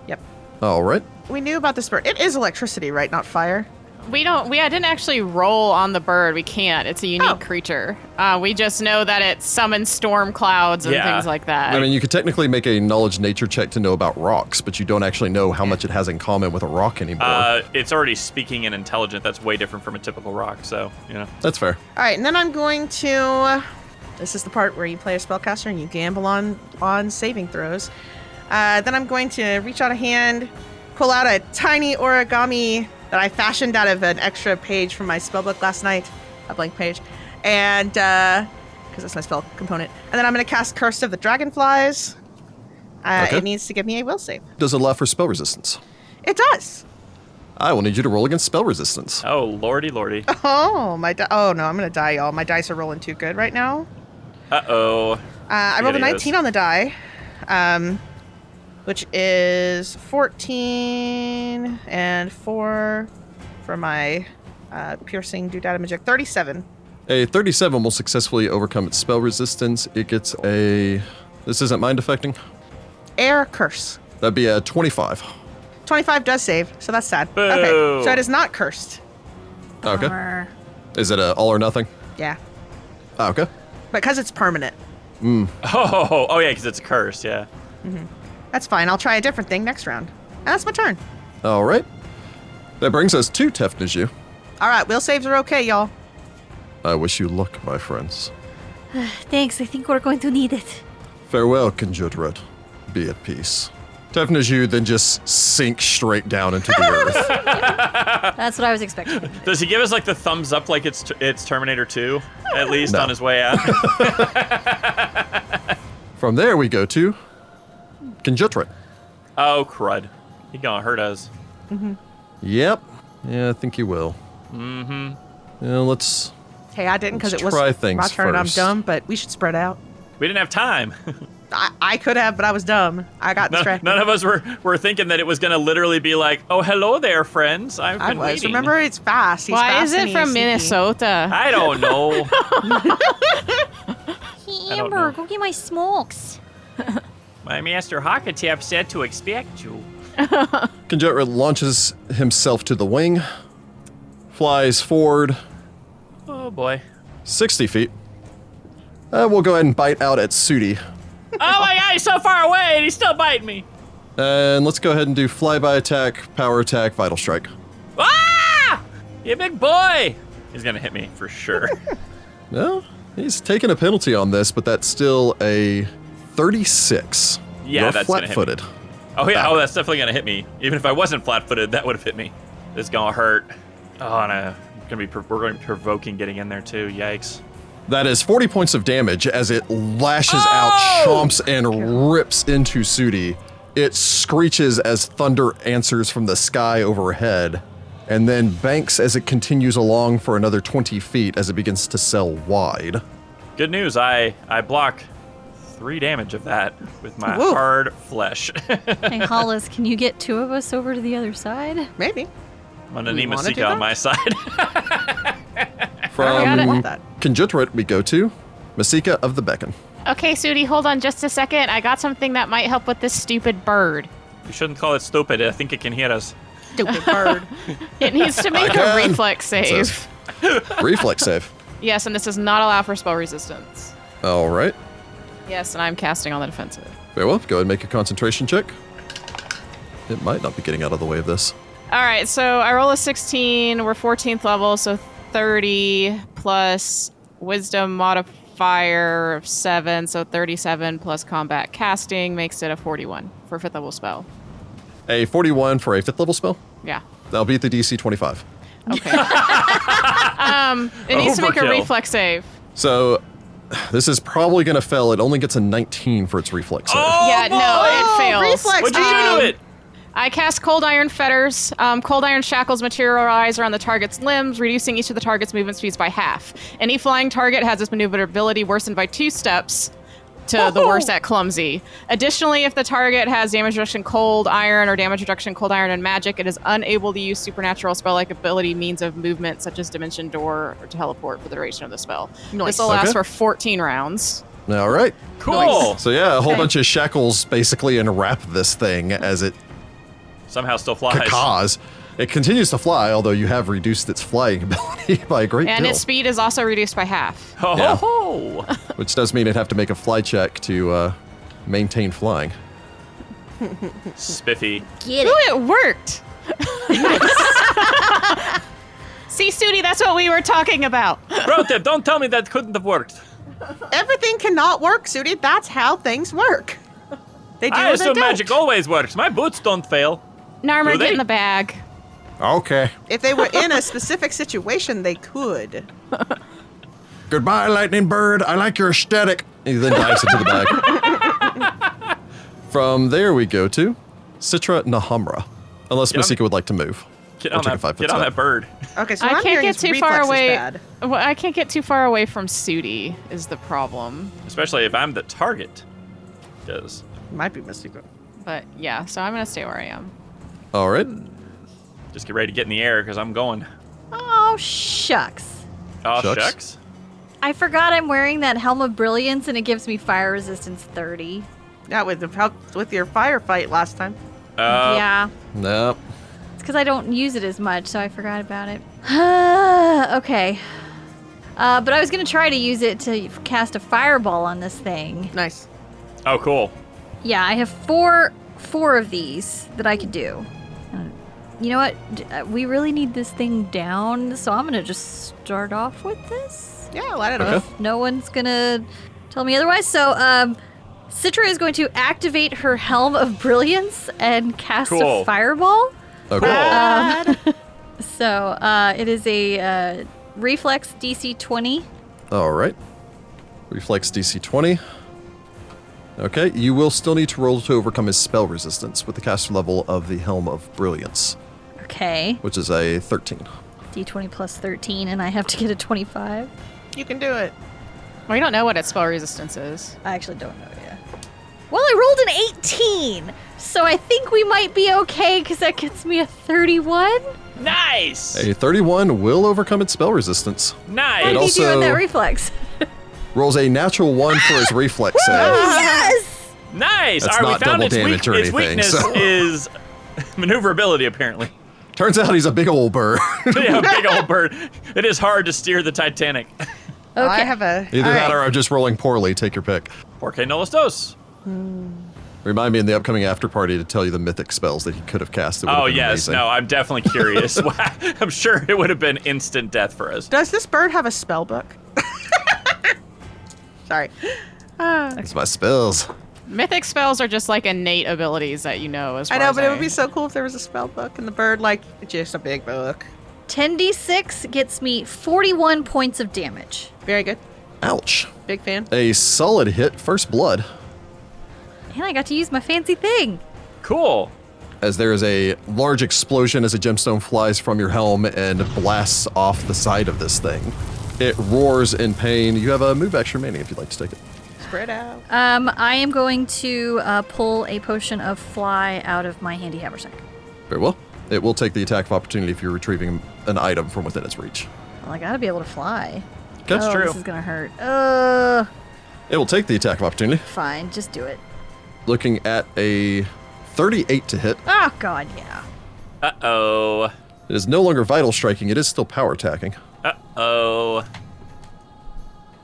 Speaker 2: Yep.
Speaker 1: All right.
Speaker 2: We knew about this bird. It is electricity, right? Not fire.
Speaker 5: We don't. We I didn't actually roll on the bird. We can't. It's a unique
Speaker 2: Oh.
Speaker 5: creature. Uh, we just know that it summons storm clouds and
Speaker 3: Yeah.
Speaker 5: things like that.
Speaker 1: I mean, you could technically make a knowledge nature check to know about rocks, but you don't actually know how much it has in common with a rock anymore.
Speaker 3: Uh, it's already speaking and intelligent. That's way different from a typical rock. So, you know.
Speaker 1: That's fair.
Speaker 2: All right, and then I'm going to. This is the part where you play a spellcaster and you gamble on on saving throws. Uh, then I'm going to reach out a hand, pull out a tiny origami that I fashioned out of an extra page from my spellbook last night, a blank page, and because that's my spell component. And then I'm going to cast Curse of the Dragonflies. Uh,
Speaker 1: Okay.
Speaker 2: It needs to give me a will save.
Speaker 1: Does it allow for spell resistance?
Speaker 2: It does. [laughs]
Speaker 1: I will need you to roll against spell resistance.
Speaker 3: Oh, lordy, lordy.
Speaker 2: Oh my! Di- oh no, I'm going to die, y'all. My dice are rolling too good right now.
Speaker 3: Uh oh.
Speaker 2: Uh, I rolled a
Speaker 3: Yeah, he
Speaker 2: 19
Speaker 3: does.
Speaker 2: on the die, um, which is 14 and 4 for my uh, piercing do data magic. 37.
Speaker 1: A 37 will successfully overcome its spell resistance. It gets a. This isn't mind affecting.
Speaker 2: Air curse.
Speaker 1: That'd be a 25.
Speaker 2: 25 does save, so that's sad.
Speaker 3: Boo.
Speaker 2: Okay, so it is not cursed.
Speaker 1: Okay.
Speaker 4: Bummer.
Speaker 1: Is it a all or nothing?
Speaker 2: Yeah,
Speaker 1: Okay.
Speaker 2: because it's permanent.
Speaker 3: Oh, oh, oh yeah, because it's a curse. Yeah.
Speaker 2: That's fine. I'll try a different thing next round. And that's my turn.
Speaker 1: All right. That brings us to Tefniju.
Speaker 2: All right, will saves are okay, y'all.
Speaker 1: I wish you luck, my friends.
Speaker 4: Thanks. I think we're going to need it.
Speaker 1: Farewell, Kinjutret. Be at peace. Tefniju then just sinks straight down into the earth.
Speaker 4: That's what I
Speaker 3: [laughs]
Speaker 4: was expecting.
Speaker 3: Does he give us like the thumbs up like it's it's Terminator 2 at least
Speaker 1: No.
Speaker 3: on his way out?
Speaker 1: From there, we go to Kinjutrit.
Speaker 3: oh crud. He gonna hurt us.
Speaker 1: Yep. Yeah, I think he will. Mm-hmm. Yeah, let's.
Speaker 2: Hey, I didn't because
Speaker 1: Let's
Speaker 2: it was
Speaker 1: try things
Speaker 2: my turn. and I'm
Speaker 1: first.
Speaker 2: dumb, but we should spread out.
Speaker 3: We didn't have time.
Speaker 2: I, I could have, but I was dumb.
Speaker 1: [laughs]
Speaker 2: I got
Speaker 3: None,
Speaker 2: distracted.
Speaker 3: none of us were, were thinking that it was going to literally be like, oh, hello there, friends. I've
Speaker 2: I
Speaker 3: been
Speaker 2: was.
Speaker 3: waiting."
Speaker 2: Remember, it's fast. He's
Speaker 5: Why
Speaker 2: fast
Speaker 5: is
Speaker 2: and
Speaker 5: it
Speaker 2: he's
Speaker 5: from
Speaker 2: sneaky.
Speaker 5: Minnesota?
Speaker 2: [laughs]
Speaker 3: I don't know.
Speaker 4: Hey,
Speaker 3: I don't
Speaker 4: Amber,
Speaker 3: know.
Speaker 4: go get my smokes.
Speaker 3: My master Hakatep said to expect you.
Speaker 1: Conjetra launches himself to the wing, flies forward
Speaker 2: [laughs]
Speaker 3: Oh, boy.
Speaker 1: 60 feet. Uh, we'll go ahead and bite out at Sudi.
Speaker 3: oh, my God, he's so far away and he's still biting me.
Speaker 1: And let's go ahead and do flyby attack, power attack, vital strike.
Speaker 3: Ah! You big boy! He's going to hit me
Speaker 2: [laughs]
Speaker 3: for sure.
Speaker 1: No, he's taking a penalty on this, but that's still a 36.
Speaker 3: Yeah,
Speaker 1: You're
Speaker 3: that's gonna hit me.
Speaker 1: flat-footed.
Speaker 3: Oh yeah, oh that's definitely gonna hit me. Even if I wasn't flat-footed, that would have hit me. It's gonna hurt. Oh, and uh, gonna be pro- we're gonna be provoking getting in there too. Yikes!
Speaker 1: That is 40 points of damage as it lashes
Speaker 3: Oh!
Speaker 1: out, chomps, and rips into Sudi. It screeches as thunder answers from the sky overhead, and then banks as it continues along for another 20 feet as it begins to sell wide.
Speaker 3: Good news, I I block three damage of that with my
Speaker 2: Woo.
Speaker 3: hard flesh. [laughs] I'm
Speaker 4: Hey, Hollis, can you get two of us over to the other side?
Speaker 2: Maybe.
Speaker 3: gonna
Speaker 2: We
Speaker 3: need
Speaker 2: wanna do
Speaker 3: Masika
Speaker 2: that?
Speaker 3: on my side. [laughs]
Speaker 1: From
Speaker 5: got it.
Speaker 2: Want that.
Speaker 1: Conjutret, we go to Masika of the Beacon.
Speaker 5: Okay, Sudie, hold on just a second. I got something that might help with this stupid bird.
Speaker 3: you shouldn't call it stupid. I think it can hear us.
Speaker 2: Stupid bird.
Speaker 5: It needs
Speaker 1: [laughs]
Speaker 5: to make a
Speaker 1: can.
Speaker 5: reflex
Speaker 1: It
Speaker 5: save.
Speaker 1: says. [laughs] Reflex save.
Speaker 5: Yes, and this does not allow for spell resistance.
Speaker 1: All right.
Speaker 5: Yes, and I'm casting on the defensive.
Speaker 1: Very well. Go ahead and make a concentration check. It might not be getting out of the way of this.
Speaker 5: All right, so I roll a 16. We're 14th level, so 30 plus wisdom modifier of 7, so 37 plus combat casting makes it a 41 for a fifth level spell.
Speaker 1: A 41 for a fifth level spell.
Speaker 5: Yeah.
Speaker 1: That'll beat the DC 25. [laughs]
Speaker 5: Okay. um, it needs to make a
Speaker 3: Overkill.
Speaker 5: reflex save.
Speaker 1: So this is probably going to fail. It only gets a 19 for its reflex save.
Speaker 3: Oh
Speaker 5: yeah, no, it fails.
Speaker 2: reflex.
Speaker 3: What'd you do
Speaker 5: Um,
Speaker 3: to it?
Speaker 5: I cast Cold Iron Fetters. Um, cold Iron Shackles materialize around the target's limbs, reducing each of the target's movement speeds by half. Any flying target has its maneuverability worsened by two steps to the worst at Clumsy. Additionally, if the target has damage reduction Cold Iron or damage reduction Cold Iron and Magic, it is unable to use supernatural spell-like ability means of movement such as Dimension Door or Teleport for the duration of the spell.
Speaker 2: Nice.
Speaker 5: This will last
Speaker 1: Okay.
Speaker 5: for 14 rounds.
Speaker 1: All right.
Speaker 3: Cool.
Speaker 1: So yeah, a whole
Speaker 5: Okay.
Speaker 1: bunch of shackles basically enwrap this thing as it
Speaker 3: Somehow still flies.
Speaker 1: cacaws. It continues to fly, although you have reduced its flying [laughs] ability by a great
Speaker 5: And
Speaker 1: deal,
Speaker 5: its speed is also reduced by half.
Speaker 3: Oh, Ho ho
Speaker 1: Yeah.
Speaker 3: ho!
Speaker 1: which does mean it'd have to make a fly check to uh, maintain flying.
Speaker 3: Spiffy.
Speaker 4: Get
Speaker 5: Ooh,
Speaker 4: it.
Speaker 5: it
Speaker 2: [laughs]
Speaker 5: worked. See, Sudie, that's what we were talking about.
Speaker 3: Rotip, don't tell me that couldn't have worked.
Speaker 2: [laughs] Everything cannot work, Sudi. That's how things work. They do.
Speaker 3: I
Speaker 2: or they
Speaker 3: assume
Speaker 2: don't.
Speaker 3: magic always works. My boots don't fail.
Speaker 5: Narmer,
Speaker 3: Do
Speaker 5: get
Speaker 3: they?
Speaker 5: in the bag.
Speaker 1: Okay.
Speaker 2: If they were in a specific situation, they could.
Speaker 1: Goodbye, lightning bird. I like your aesthetic. He then dives into the bag. [laughs] From there, we go to Citra Nahamra. Unless
Speaker 3: Get on-
Speaker 1: Masika would like to move.
Speaker 3: Get
Speaker 1: Or
Speaker 3: on
Speaker 1: take a
Speaker 3: that,
Speaker 1: five-foot
Speaker 3: get on
Speaker 1: step.
Speaker 3: that bird.
Speaker 2: Okay, so what
Speaker 5: I
Speaker 2: I'm
Speaker 5: can't
Speaker 2: hearing
Speaker 5: get
Speaker 2: is
Speaker 5: too
Speaker 2: reflex
Speaker 5: far
Speaker 2: is
Speaker 5: away.
Speaker 2: bad.
Speaker 5: Well, I can't get too far away from Sudie is the problem.
Speaker 3: especially if I'm the target. Does
Speaker 2: Might be Mystico.
Speaker 5: But yeah, so I'm gonna stay where I am.
Speaker 1: All right.
Speaker 3: just get ready to get in the air because I'm going.
Speaker 4: Oh, shucks.
Speaker 3: Oh shucks.
Speaker 1: Shucks.
Speaker 4: I forgot I'm wearing that Helm of Brilliance and it gives me fire resistance 30.
Speaker 2: That would have helped with your firefight last time.
Speaker 3: Uh,
Speaker 4: yeah.
Speaker 1: Nope.
Speaker 4: It's because I don't use it as much, so I forgot about it. [sighs] okay. Uh, but I was going to try to use it to f- cast a fireball on this thing.
Speaker 2: Nice.
Speaker 3: Oh, cool.
Speaker 4: Yeah, I have four four of these that I could do. And You know what? D- uh, We really need this thing down, so I'm going to just start off with this.
Speaker 2: Yeah, light it
Speaker 1: Okay.
Speaker 2: up.
Speaker 4: No one's gonna tell me otherwise. So, um, Citra is going to activate her Helm of Brilliance and cast
Speaker 3: Cool.
Speaker 4: a fireball.
Speaker 1: Okay.
Speaker 3: Cool.
Speaker 4: So, uh, it is a uh, reflex DC 20.
Speaker 1: All right. Reflex DC 20. Okay, you will still need to roll to overcome his spell resistance with the caster level of the Helm of Brilliance,
Speaker 4: Okay,
Speaker 1: which is a 13.
Speaker 4: D20 plus 13, and I have to get a 25.
Speaker 2: You can do it.
Speaker 5: We don't know what its spell resistance is.
Speaker 4: I actually don't know yet. Well, I rolled an 18, so I think we might be okay because that gets me a 31.
Speaker 3: Nice.
Speaker 1: A 31 will overcome its spell resistance.
Speaker 4: How
Speaker 1: It
Speaker 4: did
Speaker 3: Nice.
Speaker 1: also-
Speaker 4: you do on that reflex?
Speaker 1: Rolls a natural one for its reflex
Speaker 4: Ah.
Speaker 1: save.
Speaker 4: yes!
Speaker 3: Nice.
Speaker 1: That's
Speaker 3: All right,
Speaker 1: not
Speaker 3: we found
Speaker 1: double
Speaker 3: its, weak,
Speaker 1: damage or
Speaker 3: its
Speaker 1: anything,
Speaker 3: weakness
Speaker 1: so-
Speaker 3: [laughs] is maneuverability, apparently. [laughs]
Speaker 1: Turns out he's a big old [laughs] bird.
Speaker 3: yeah, big old bird. It is hard to steer the Titanic.
Speaker 4: [laughs]
Speaker 3: [laughs]
Speaker 4: Okay.
Speaker 2: I have a.
Speaker 1: Either
Speaker 2: all
Speaker 1: that
Speaker 2: right.
Speaker 1: or I'm just rolling poorly. Take your pick.
Speaker 3: Porque no los dos.
Speaker 1: Remind me in the upcoming after party to tell you the mythic spells that he could have cast. that would have
Speaker 3: Oh
Speaker 1: been
Speaker 3: yes,
Speaker 1: amazing.
Speaker 3: no, I'm definitely
Speaker 1: [laughs]
Speaker 3: curious. I'm sure it would have been instant death for us.
Speaker 2: Does this bird have a spell book? [laughs] Sorry.
Speaker 1: It's my spells.
Speaker 5: Mythic spells are just like innate abilities that you know as
Speaker 2: I
Speaker 5: far
Speaker 2: know,
Speaker 5: as
Speaker 2: but it would be so cool if there was a spell book and the bird, like, just a big book.
Speaker 4: 10d6 gets me 41 points of damage.
Speaker 2: Very good.
Speaker 1: Ouch.
Speaker 2: Big fan.
Speaker 1: A solid hit, first blood,
Speaker 4: And I got to use my fancy thing.
Speaker 3: Cool.
Speaker 1: as there is a large explosion as a gemstone flies from your helm and blasts off the side of this thing. It roars in pain. You have a move action remaining if you'd like to take it.
Speaker 2: Spread out.
Speaker 4: Um, I am going to uh, pull a potion of fly out of my handy haversack.
Speaker 1: Very well. It will take the attack of opportunity if you're retrieving an item from within its reach.
Speaker 4: Well, I gotta be able to fly.
Speaker 1: That's
Speaker 4: oh,
Speaker 3: true.
Speaker 4: This is gonna hurt. Uh,
Speaker 1: It will take the attack of opportunity.
Speaker 4: fine, just do it.
Speaker 1: Looking at a 38 to hit.
Speaker 4: Oh God, yeah.
Speaker 3: Uh oh.
Speaker 1: It is no longer vital striking, it is still power attacking.
Speaker 3: Uh oh.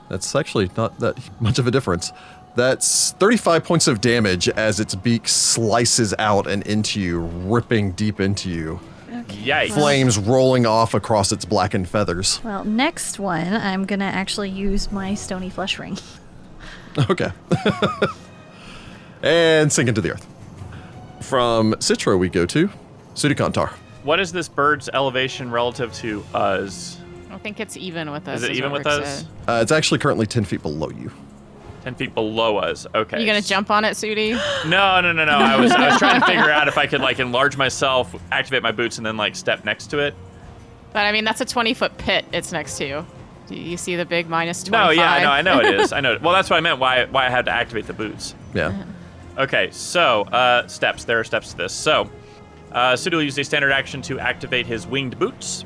Speaker 1: That's actually not that much of a difference. That's 35 points of damage as its beak slices out and into you, ripping deep into you.
Speaker 3: Yikes.
Speaker 1: Flames rolling off across its blackened feathers. [laughs]
Speaker 4: Well, next one, I'm gonna actually use my stony flesh ring. [laughs]
Speaker 1: Okay. and sink into the earth. From Citro, we go to Sudikantar.
Speaker 3: What is this bird's elevation relative to us?
Speaker 5: I think it's even with
Speaker 3: Is
Speaker 5: us.
Speaker 3: it even
Speaker 5: what
Speaker 3: with
Speaker 5: Rick
Speaker 3: us?
Speaker 5: said.
Speaker 1: Uh, it's actually currently 10 feet below you.
Speaker 3: Ten feet below us. Okay.
Speaker 5: You gonna jump on it, Sudi?
Speaker 3: No, no, no, no. I was I was trying to figure out if I could like enlarge myself, activate my boots, and then like step next to it.
Speaker 5: but I mean, that's a 20 foot pit it's next to. Do you see the big minus 25?
Speaker 3: No, yeah, I know, I know it is. I know. It. Well, that's what I meant. Why why I had to activate the boots.
Speaker 1: Yeah.
Speaker 3: Okay, so uh, steps. There are steps to this. So, uh, Sudo will use a standard action to activate his winged boots.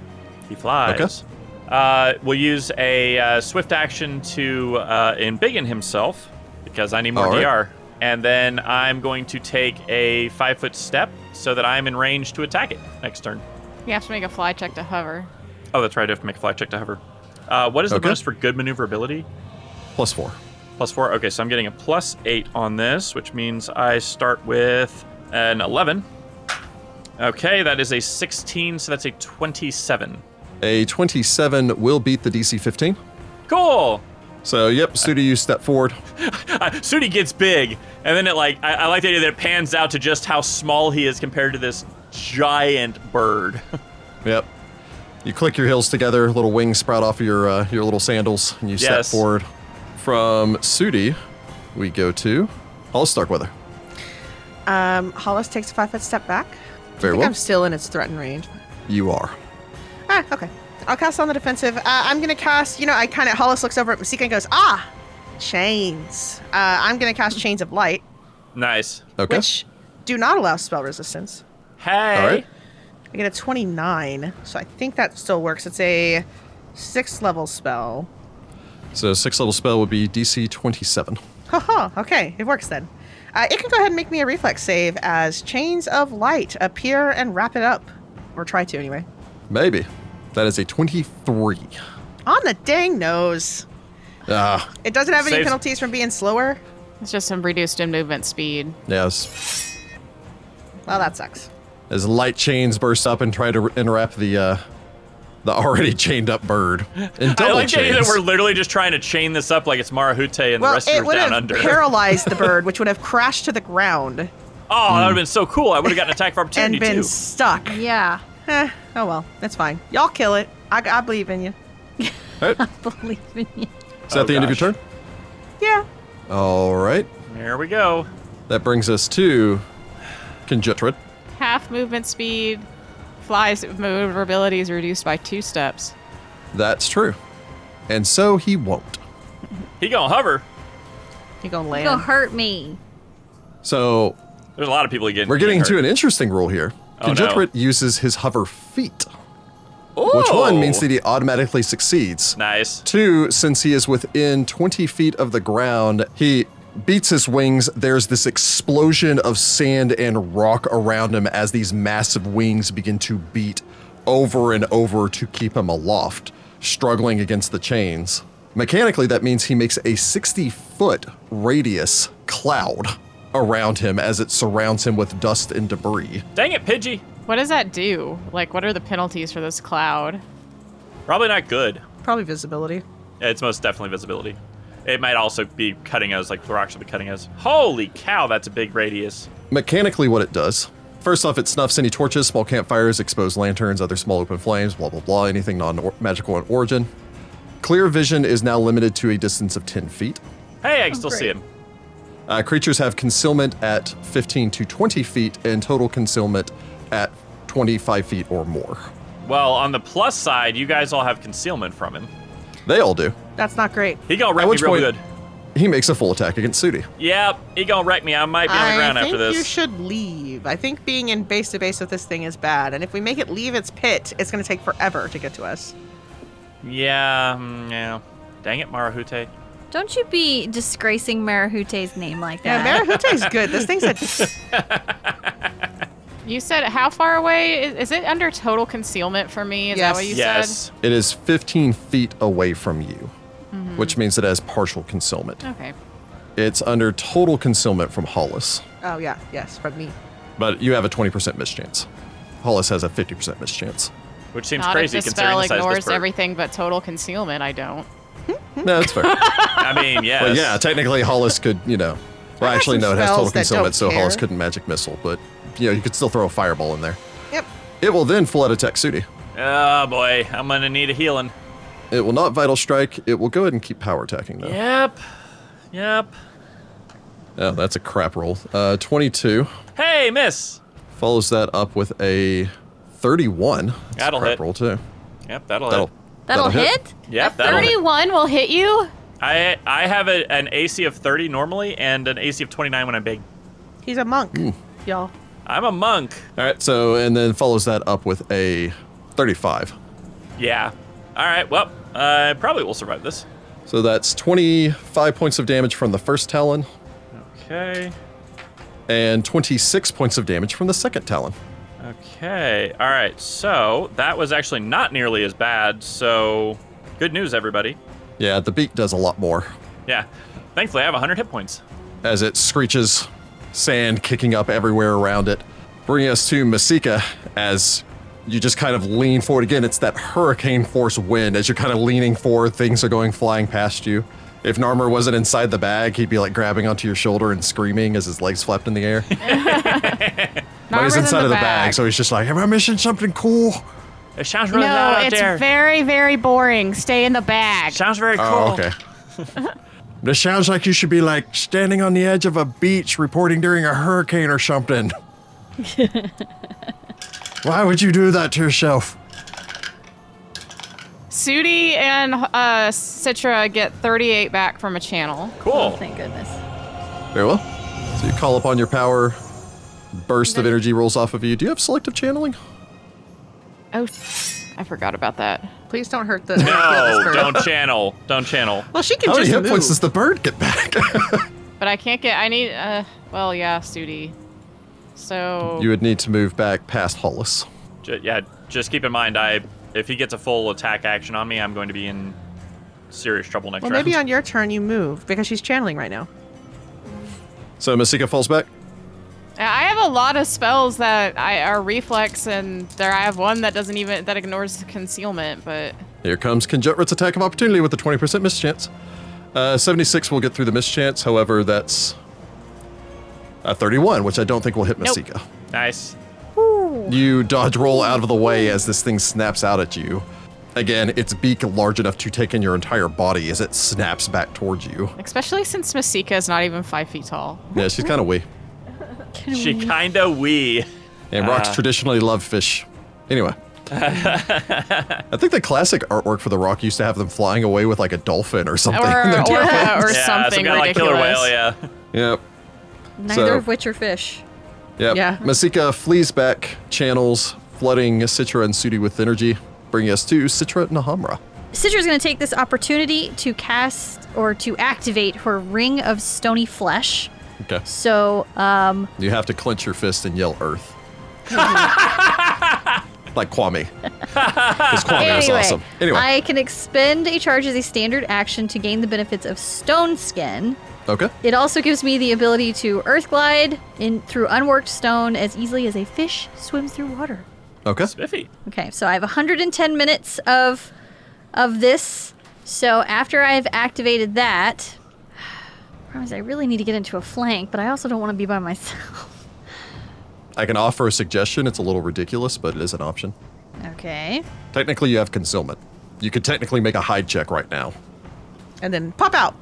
Speaker 3: He flies. Uh, we'll use a uh, swift action to uh, embiggen himself because I need more
Speaker 1: All right.
Speaker 3: DR. And then I'm going to take a five foot step so that I'm in range to attack it next turn.
Speaker 5: You have to make a fly check to hover.
Speaker 3: Oh, that's right. I have to make a fly check to hover. Uh, what is the
Speaker 1: Okay.
Speaker 3: bonus for good maneuverability?
Speaker 1: Plus four.
Speaker 3: Plus four. Okay, so I'm getting a plus eight on this, which means I start with an 11. Okay, that is a 16, so that's a 27.
Speaker 1: A 27 will beat the DC 15.
Speaker 3: Cool!
Speaker 1: So, yep, Sudi, you step forward.
Speaker 3: Uh, Sudi gets big, and then it like, I, I like the idea that it pans out to just how small he is compared to this giant bird. [laughs]
Speaker 1: Yep. You click your heels together, little wings sprout off of your uh, your little sandals, and you step
Speaker 3: Yes.
Speaker 1: forward. From Sudi, we go to All Starkweather.
Speaker 2: Um, Hollis takes a five foot step back. I
Speaker 1: Very
Speaker 2: think
Speaker 1: well.
Speaker 2: I'm still in its threatened range.
Speaker 1: You are.
Speaker 2: Ah, okay. I'll cast on the defensive. Uh, I'm gonna cast. You know, I kind of Hollis looks over at Masika and goes, "Ah, chains." Uh, I'm gonna cast chains of light,
Speaker 3: nice.
Speaker 1: Okay.
Speaker 2: which do not allow spell resistance.
Speaker 3: Hey!
Speaker 1: All right.
Speaker 2: I get a 29, so I think that still works. It's a sixth level spell.
Speaker 1: So, six level spell would be DC 27.
Speaker 2: Haha, okay, it works then. Uh, it can go ahead and make me a reflex save as chains of light appear and wrap it up, or try to anyway.
Speaker 1: Maybe. That is a 23.
Speaker 2: On the dang nose.
Speaker 1: Ah,
Speaker 2: It doesn't have any
Speaker 3: Saves-
Speaker 2: penalties from being slower.
Speaker 5: It's just some reduced in movement speed.
Speaker 1: yes.
Speaker 2: Well, that sucks.
Speaker 1: As light chains burst up and try to enwrap the uh, the already [laughs] chained up bird. And double
Speaker 3: I like the idea that
Speaker 1: chains.
Speaker 3: we're literally just trying to chain this up like it's Marahute and the
Speaker 2: well,
Speaker 3: rest
Speaker 2: it
Speaker 3: of
Speaker 2: would
Speaker 3: down
Speaker 2: have
Speaker 3: under. [laughs]
Speaker 2: paralyzed the bird, which would have crashed to the ground
Speaker 3: oh,
Speaker 1: Hmm.
Speaker 3: that would have been so cool. I would have gotten an
Speaker 1: [laughs]
Speaker 3: attack of
Speaker 2: and
Speaker 3: opportunity
Speaker 2: been
Speaker 3: too.
Speaker 2: stuck.
Speaker 4: Yeah.
Speaker 2: Eh, oh well, that's fine. Y'all kill it. I, I believe in you.
Speaker 1: All right.
Speaker 4: [laughs] Believe in you.
Speaker 1: Is that
Speaker 3: Oh,
Speaker 1: the end of
Speaker 3: gosh.
Speaker 1: your turn?
Speaker 2: Yeah.
Speaker 1: All right.
Speaker 3: Here we go.
Speaker 1: That brings us to Kinjutrid.
Speaker 5: Half movement speed. Flies maneuverability is reduced by two steps.
Speaker 1: That's true. And so he won't.
Speaker 3: He gonna hover.
Speaker 2: You gonna
Speaker 4: Go
Speaker 2: land?
Speaker 4: hurt me.
Speaker 1: So
Speaker 3: There's a lot of people who get.
Speaker 1: we're getting
Speaker 3: hurt.
Speaker 1: to an interesting rule here.
Speaker 3: Oh, no.
Speaker 1: Conjecturit uses his hover feet,
Speaker 3: Ooh!
Speaker 1: which one means that he automatically succeeds.
Speaker 3: Nice.
Speaker 1: Two, since he is within 20 feet of the ground, he beats his wings. There's this explosion of sand and rock around him as these massive wings begin to beat over and over to keep him aloft, struggling against the chains. Mechanically, that means he makes a 60 foot radius cloud around him as it surrounds him with dust and debris.
Speaker 3: Dang it, Pidgey.
Speaker 5: What does that do? Like, what are the penalties for this cloud?
Speaker 3: Probably not good.
Speaker 2: Probably visibility.
Speaker 3: It's most definitely visibility. It might also be cutting us, like the rocks will be cutting us. Holy cow, that's a big radius.
Speaker 1: mechanically what it does. First off, it snuffs any torches, small campfires, exposed lanterns, other small open flames, blah, blah, blah, anything non magical in origin. Clear vision is now limited to a distance of 10 feet.
Speaker 3: Hey, I
Speaker 1: Oh,
Speaker 3: can still see
Speaker 4: great.
Speaker 3: him.
Speaker 1: Uh, creatures have concealment at 15 to 20 feet and total concealment at 25 feet or more.
Speaker 3: Well, on the plus side, you guys all have concealment from him.
Speaker 1: They all do.
Speaker 2: That's not great.
Speaker 3: He gonna wreck me
Speaker 1: which
Speaker 3: real
Speaker 1: point-
Speaker 3: good.
Speaker 1: He makes a full attack against Sudi.
Speaker 3: Yep, he gonna wreck me. I might be on the ground
Speaker 2: I
Speaker 3: after
Speaker 2: think
Speaker 3: this.
Speaker 2: you should leave. I think being in base to base with this thing is bad, and if we make it leave its pit, it's going to take forever to get to us.
Speaker 3: Yeah, mm, yeah. Dang it, Marahute.
Speaker 4: Don't you be disgracing Marahute's name like that.
Speaker 2: Yeah, Marahute's good. This thing's a [laughs]
Speaker 5: You said how far away is, is it under total concealment for me? Is
Speaker 2: Yes.
Speaker 5: that what you
Speaker 3: yes.
Speaker 1: It is 15 feet away from you, which means it has partial concealment.
Speaker 5: said? Okay.
Speaker 1: It's under total concealment from Hollis.
Speaker 2: oh yeah, yes, from me.
Speaker 1: but you have a 20% mischance. Hollis has a 50% mischance.
Speaker 3: Which seems
Speaker 5: Not
Speaker 3: crazy
Speaker 5: if the
Speaker 3: considering
Speaker 5: spell
Speaker 3: the size of
Speaker 5: ignores
Speaker 3: this bird.
Speaker 5: everything but total concealment. I don't.
Speaker 1: No, that's fair.
Speaker 3: I
Speaker 5: [laughs]
Speaker 3: mean, yes.
Speaker 1: but yeah, technically Hollis could, you know, well,
Speaker 2: I got
Speaker 1: actually
Speaker 2: some
Speaker 1: no, it has total
Speaker 2: spells that
Speaker 1: concealment,
Speaker 2: don't
Speaker 1: so Hollis
Speaker 2: care.
Speaker 1: couldn't magic missile, but you know, you could still throw a fireball in there.
Speaker 2: Yep.
Speaker 1: It will then full out attack Sudi.
Speaker 3: Oh boy, I'm gonna need a healing.
Speaker 1: It will not vital strike. It will go ahead and keep power attacking though.
Speaker 3: Yep. Yep.
Speaker 1: Oh, that's a crap roll. Uh, 22
Speaker 3: Hey, miss.
Speaker 1: follows that up with a 31. That's
Speaker 3: That'll
Speaker 1: a crap
Speaker 3: hit.
Speaker 1: roll too.
Speaker 3: Yep, that'll,
Speaker 1: That'll
Speaker 3: hit.
Speaker 4: That'll, hit?
Speaker 3: Yep,
Speaker 4: A
Speaker 3: that'll hit.
Speaker 5: 31 will hit you?
Speaker 3: I I have a, an AC of 30 normally and an AC of 29 when I'm big.
Speaker 2: He's a monk, y'all.
Speaker 3: I'm a monk.
Speaker 1: All right, so and then follows that up with a 35.
Speaker 3: Yeah. All right. Well, I probably will survive this.
Speaker 1: So that's 25 points of damage from the first talon,
Speaker 3: Okay.
Speaker 1: and 26 points of damage from the second talon.
Speaker 3: Okay. All right. So that was actually not nearly as bad. So good news, everybody.
Speaker 1: Yeah, the beak does a lot more
Speaker 3: Yeah. Thankfully, I have 100 hit points.
Speaker 1: as it screeches, sand kicking up everywhere around it. Bringing us to Masika as you just kind of lean forward again. It's that hurricane force wind as you're kind of leaning forward, things are going flying past you. If Narmer wasn't inside the bag, he'd be like grabbing onto your shoulder and screaming as his legs flapped in the air. but
Speaker 5: Narmer's
Speaker 1: he's
Speaker 5: in
Speaker 1: inside of the bag, so he's just like, Am I missing something cool?
Speaker 3: It sounds really
Speaker 5: no,
Speaker 3: loud out
Speaker 5: it's
Speaker 3: there.
Speaker 5: very, very boring. Stay in the bag.
Speaker 3: sounds very cool.
Speaker 1: Oh, okay. this sounds like you should be like standing on the edge of a beach reporting during a hurricane or something. Why would you do that to yourself?
Speaker 5: Sudi and uh, Citra get 38 back from a channel.
Speaker 4: Oh,
Speaker 3: Cool.
Speaker 4: thank goodness.
Speaker 1: Very well. So you call upon your power, burst of energy rolls off of you. Do you have selective channeling?
Speaker 5: Oh, I forgot about that.
Speaker 2: Please don't hurt [laughs] the.
Speaker 5: [laughs]
Speaker 2: this
Speaker 3: No,
Speaker 2: bird.
Speaker 3: don't channel. Don't channel.
Speaker 2: Well, she can
Speaker 1: How many
Speaker 2: just
Speaker 1: hit
Speaker 2: move.
Speaker 1: points does Oh, the bird get back?
Speaker 5: But I can't get. I need. Uh, well, yeah, Sudi. So.
Speaker 1: you would need to move back past Hollis.
Speaker 3: Ju- yeah, just keep in mind, I if he gets a full attack action on me, I'm going to be in serious trouble next
Speaker 2: well,
Speaker 3: round.
Speaker 2: maybe on your turn you move because she's channeling right now.
Speaker 1: So Masika falls back.
Speaker 5: I have a lot of spells that I are reflex, and there I have one that doesn't even that ignores concealment. But
Speaker 1: Here comes Conjutrit's attack of opportunity with a 20% mischance. Uh, 76 will get through the mischance, however, that's a 31, which I don't think will hit
Speaker 5: Nope.
Speaker 1: Masika.
Speaker 3: nice.
Speaker 1: You dodge roll out of the way as this thing snaps out at you. Again, its beak large enough to take in your entire body as it snaps back towards you.
Speaker 5: especially since Masika is not even five
Speaker 1: [laughs]
Speaker 5: feet tall.
Speaker 1: Yeah, she's kind of wee.
Speaker 3: She
Speaker 2: Mm.
Speaker 3: kinda wee.
Speaker 1: And rocks traditionally love fish. Anyway. I think the classic artwork for the rock used to have them flying away with [laughs] like a dolphin or something.
Speaker 5: Or
Speaker 1: in their
Speaker 5: orca or
Speaker 3: yeah, some
Speaker 5: something
Speaker 3: kind of like
Speaker 5: ridiculous.
Speaker 3: killer whale. Yeah.
Speaker 1: Yep.
Speaker 4: Neither
Speaker 1: So-
Speaker 4: of which are fish.
Speaker 1: Yep.
Speaker 2: Yeah.
Speaker 1: Masika flees back channels, flooding Citra and Sudi with energy, bringing us to Citra Nahamra.
Speaker 4: Citra's going to take this opportunity to cast or to activate her Ring of Stony Flesh.
Speaker 1: Okay.
Speaker 4: So, um,
Speaker 1: You have to clench your fist and yell Earth. like Kwame. Because Kwame is awesome. Anyway.
Speaker 4: I can expend a charge as a standard action to gain the benefits of Stone Skin.
Speaker 1: okay.
Speaker 4: It also gives me the ability to Earth Glide in through unworked stone as easily as a fish swims through water.
Speaker 1: Okay.
Speaker 3: Spiffy.
Speaker 4: Okay, so I have 110 minutes of of this. So after I've activated that, [sighs] problem is I really need to get into a flank, but I also don't want to be by myself. [laughs]
Speaker 1: I can offer a suggestion. It's a little ridiculous, but it is an option.
Speaker 4: Okay.
Speaker 1: Technically, you have concealment. You could technically make a hide check right now.
Speaker 2: and then pop out.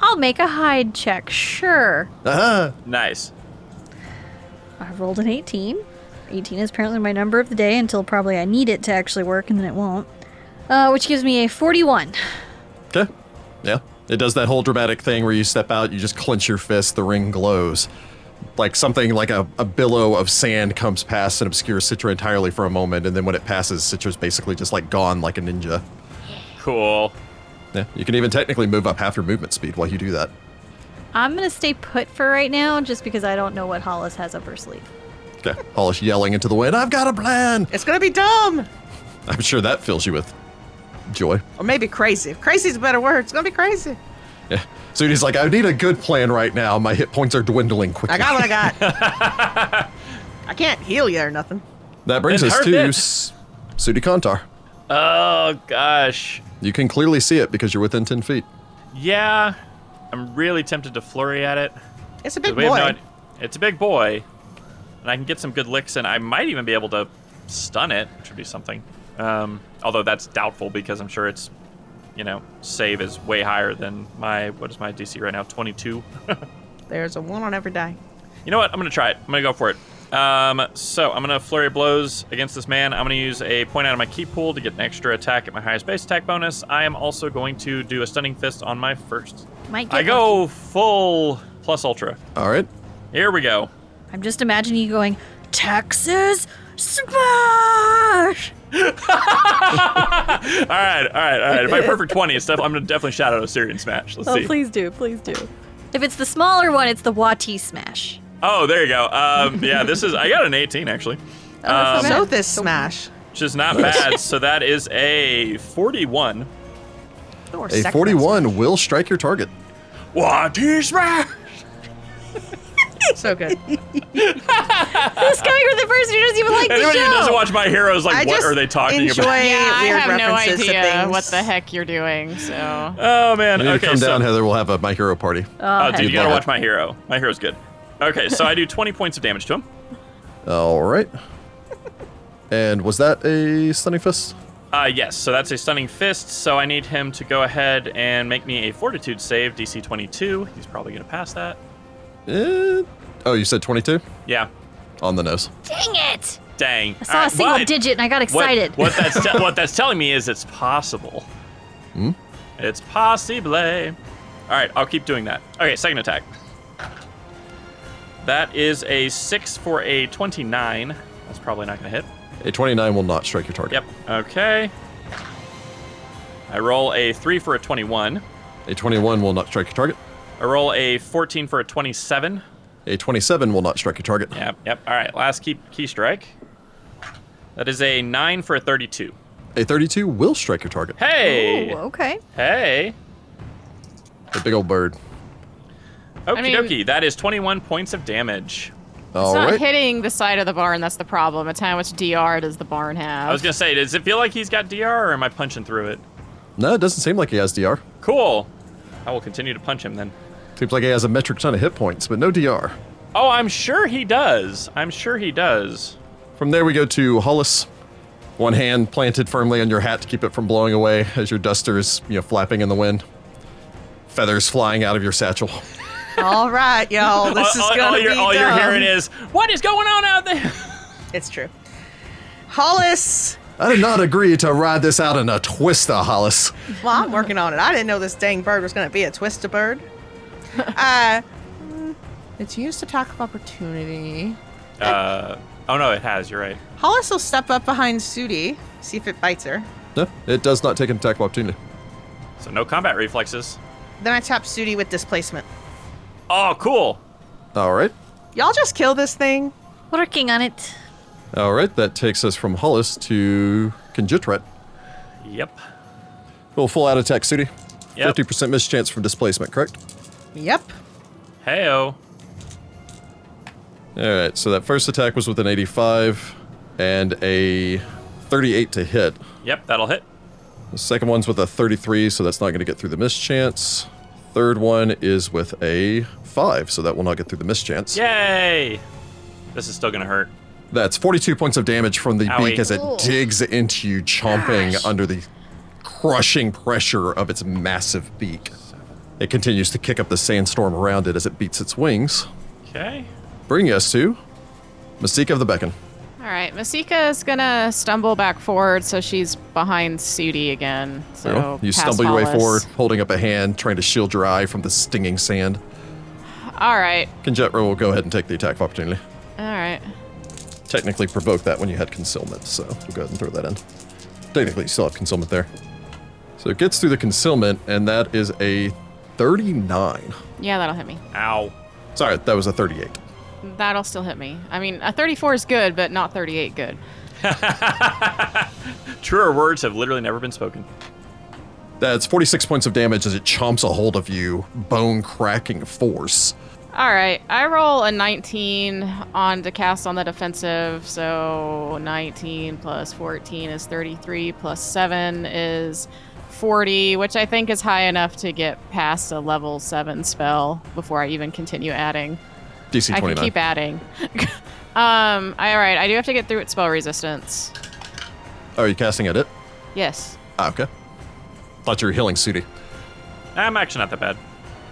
Speaker 4: I'll make a hide check, sure.
Speaker 1: Ah,
Speaker 3: Nice.
Speaker 4: I rolled an 18. 18 is apparently my number of the day until probably I need it to actually work, and then it won't. Uh, which gives me a 41.
Speaker 1: okay. Yeah. It does that whole dramatic thing where you step out, you just clench your fist, the ring glows. Like something like a, a billow of sand comes past and obscures Citra entirely for a moment, and then when it passes, Citra's basically just like gone like a ninja.
Speaker 3: Cool.
Speaker 1: Yeah. You can even technically move up half your movement speed while you do that.
Speaker 4: I'm gonna stay put for right now, just because I don't know what Hollis has up her sleeve.
Speaker 1: Okay. Hollis yelling into the wind, I've got a plan!
Speaker 2: It's gonna be dumb,
Speaker 1: I'm sure that fills you with joy.
Speaker 2: or maybe crazy. Crazy is a better word. It's gonna be crazy.
Speaker 1: Yeah. So he's like, I need a good plan right now. My hit points are dwindling quickly.
Speaker 2: I got what I got.
Speaker 3: [laughs]
Speaker 2: I can't heal you or nothing.
Speaker 1: That brings
Speaker 3: It
Speaker 1: us to
Speaker 3: hurt it.
Speaker 1: S- Sudi Kantar.
Speaker 3: Oh gosh.
Speaker 1: You can clearly see it because you're within 10 feet.
Speaker 3: Yeah. I'm really tempted to flurry at it.
Speaker 2: It's a big
Speaker 3: We have no
Speaker 2: boy.
Speaker 3: idea- it's a big boy, and I can get some good licks, and I might even be able to stun it, which would be something. Um, although that's doubtful because I'm sure it's, you know, save is way higher than my what is my DC right now? 22.
Speaker 2: There's a one on every die.
Speaker 3: You know what? I'm gonna try it. I'm gonna go for it. Um, so I'm gonna flurry of blows against this man. I'm gonna use a point out of my key pool to get an extra attack at my highest base attack bonus. I am also going to do a stunning fist on my first.
Speaker 4: Might get
Speaker 3: I go full plus ultra.
Speaker 1: All right.
Speaker 3: Here we go.
Speaker 4: lucky. I'm just imagining you going, Texas smash.
Speaker 3: All right, all right, all
Speaker 2: [laughs]
Speaker 3: right. If I perfect 20 and stuff, I'm gonna definitely shout out Osirian Smash.
Speaker 2: Oh,
Speaker 3: Let's see.
Speaker 4: please do, please do. If it's the smaller one, it's the Wati smash.
Speaker 3: Oh, there you go. Um, yeah, this is. I got an 18 actually,
Speaker 4: that's
Speaker 3: Um,
Speaker 4: not
Speaker 2: so
Speaker 4: bad.
Speaker 2: this smash.
Speaker 3: which is not bad. So that is a 41.
Speaker 2: Or
Speaker 1: A
Speaker 2: second
Speaker 1: 41 will strike your target.
Speaker 3: What is that?
Speaker 2: best. So
Speaker 5: [laughs]
Speaker 2: good.
Speaker 4: This guy or the person who doesn't even like the
Speaker 3: Anybody
Speaker 4: show.
Speaker 3: who doesn't watch My Hero is like,
Speaker 2: I
Speaker 3: what
Speaker 2: just
Speaker 3: are they talking
Speaker 2: enjoy
Speaker 3: about?
Speaker 2: weird
Speaker 5: I have no
Speaker 2: references to
Speaker 5: idea
Speaker 2: things.
Speaker 5: what the heck you're doing. So
Speaker 3: Oh man.
Speaker 1: You need to
Speaker 3: Okay,
Speaker 1: come
Speaker 3: so
Speaker 1: down, Heather. We'll have a My Hero party.
Speaker 3: oh, dude,
Speaker 1: You'd
Speaker 3: you gotta
Speaker 1: love
Speaker 3: watch
Speaker 1: it.
Speaker 3: My Hero. My Hero's good. Okay, so I do 20 points of damage to him.
Speaker 1: All
Speaker 5: [laughs]
Speaker 1: right. and was that a stunning fist?
Speaker 3: Uh, yes, so that's a stunning fist. So I need him to go ahead and make me a Fortitude save, DC 22. He's probably gonna pass that.
Speaker 1: Eh, oh, you said 22?
Speaker 3: Yeah.
Speaker 1: On the nose.
Speaker 4: Dang it!
Speaker 3: Dang.
Speaker 4: I saw a single digit and I got excited.
Speaker 3: What, that's
Speaker 4: [laughs]
Speaker 3: te- what that's telling me is it's possible. It's possible. All right, I'll keep doing that. Okay, second attack. That is a six for a twenty-nine. That's probably not gonna hit.
Speaker 1: A 29 will not strike your target.
Speaker 3: Yep. Okay. I roll a three for a twenty-one.
Speaker 1: A 21 will not strike your target.
Speaker 3: I roll a fourteen for a twenty-seven.
Speaker 1: A 27 will not strike your target.
Speaker 3: Yep. Yep. All right. Last key key strike. That is a nine for a thirty-two.
Speaker 1: A 32 will strike your target.
Speaker 3: Hey.
Speaker 4: Ooh, okay.
Speaker 3: Hey.
Speaker 1: A big old bird.
Speaker 3: Okie
Speaker 5: I mean-
Speaker 3: dokie, that is 21 points of damage.
Speaker 1: All
Speaker 5: it's
Speaker 1: right.
Speaker 5: not hitting the side of the barn. That's the problem. It's how much DR does the barn have?
Speaker 3: I was gonna say, does it feel like he's got DR or am I punching through it?
Speaker 1: No, it doesn't seem like he has DR.
Speaker 3: Cool. I will continue to punch him then.
Speaker 1: Seems like he has a metric ton of hit points, but no DR.
Speaker 3: Oh, I'm sure he does. I'm sure he does.
Speaker 1: From there, we go to Hollis. One hand planted firmly on your hat to keep it from blowing away as your duster is, you know, flapping in the wind. Feathers flying out of your satchel.
Speaker 2: All right, y'all. This is
Speaker 3: all, all-
Speaker 2: gonna
Speaker 3: all you're,
Speaker 2: be
Speaker 3: all
Speaker 2: dumb.
Speaker 3: you're hearing is, what is going on out there? [laughs]
Speaker 2: It's true. Hollis.
Speaker 1: I did not agree to ride this out in a twister, Hollis.
Speaker 3: [laughs]
Speaker 2: Well, I'm working on it. I didn't know this dang bird was gonna be a twister bird. Uh, It's used to attack of opportunity.
Speaker 3: Uh, oh no, it has. You're right.
Speaker 2: Hollis will step up behind Sudi, see if it bites her.
Speaker 1: No, it does not take an attack of opportunity.
Speaker 3: So no combat reflexes.
Speaker 2: Then I tap Sudi with displacement.
Speaker 3: Oh, cool.
Speaker 1: All right.
Speaker 2: Y'all just kill this thing.
Speaker 4: Working on it.
Speaker 1: All right. That takes us from Hollis to Conjitrat.
Speaker 3: Yep.
Speaker 1: Well, full out attack, Sudi.
Speaker 3: Yep.
Speaker 1: 50% mischance from displacement, correct?
Speaker 2: Yep.
Speaker 3: Heyo.
Speaker 1: All right. So that first attack was with an 85 and a 38 to hit.
Speaker 3: Yep, that'll hit.
Speaker 1: The second one's with a 33, so that's not going to get through the mischance. Third one is with a 5, so that will not get through the mischance.
Speaker 3: Yay! This is still gonna hurt.
Speaker 1: That's 42 points of damage from the
Speaker 3: Owie.
Speaker 1: beak as it
Speaker 4: Ooh.
Speaker 1: digs into you, chomping
Speaker 4: Gosh.
Speaker 1: under the crushing pressure of its massive beak. It continues to kick up the sandstorm around it as it beats its wings,
Speaker 3: Okay.
Speaker 1: bringing us to Masika of the Beacon.
Speaker 5: All right, Masika is gonna stumble back forward, so she's behind Sudi again. So
Speaker 1: Well, you
Speaker 5: past
Speaker 1: stumble your way
Speaker 5: Hollis.
Speaker 1: forward, holding up a hand, trying to shield your eye from the stinging sand.
Speaker 5: All right,
Speaker 1: Conjetra will go ahead and take the attack of opportunity.
Speaker 5: all right.
Speaker 1: technically provoke that when you had concealment, so we'll go ahead and throw that in. Technically, you still have concealment there. So it gets through the concealment, and that is a 39.
Speaker 5: Yeah, that'll hit me.
Speaker 3: Ow.
Speaker 1: Sorry, that was a 38.
Speaker 5: That'll still hit me. I mean, a 34 is good, but not 38 good.
Speaker 3: Truer words have literally never been spoken.
Speaker 1: That's 46 points of damage as it chomps a hold of you, bone cracking force.
Speaker 5: All right, I roll a 19 on to cast on the defensive, so 19 plus 14 is 33, plus 7 is 40, which I think is high enough to get past a level 7 spell before I even continue adding.
Speaker 1: DC 29.
Speaker 5: I can keep adding. [laughs] um, all right, I do have to get through its spell resistance.
Speaker 1: Oh, are you casting at it?
Speaker 5: Yes.
Speaker 1: Ah, okay. Thought you were healing Sudi.
Speaker 3: I'm actually not that bad.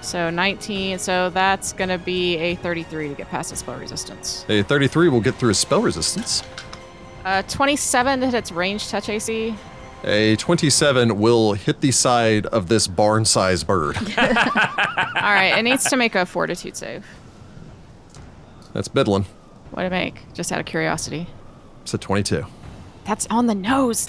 Speaker 5: So 19, so that's going to be a 33 to get past its spell resistance.
Speaker 1: A 33 will get through his spell resistance.
Speaker 5: Uh, 27 to hit its range touch AC.
Speaker 1: A 27 will hit the side of this barn sized
Speaker 5: [laughs]
Speaker 1: bird.
Speaker 5: All right, it needs to make a fortitude save.
Speaker 1: That's Bedlam.
Speaker 5: What do I make? Just out of curiosity.
Speaker 1: It's a 22.
Speaker 5: That's on the nose.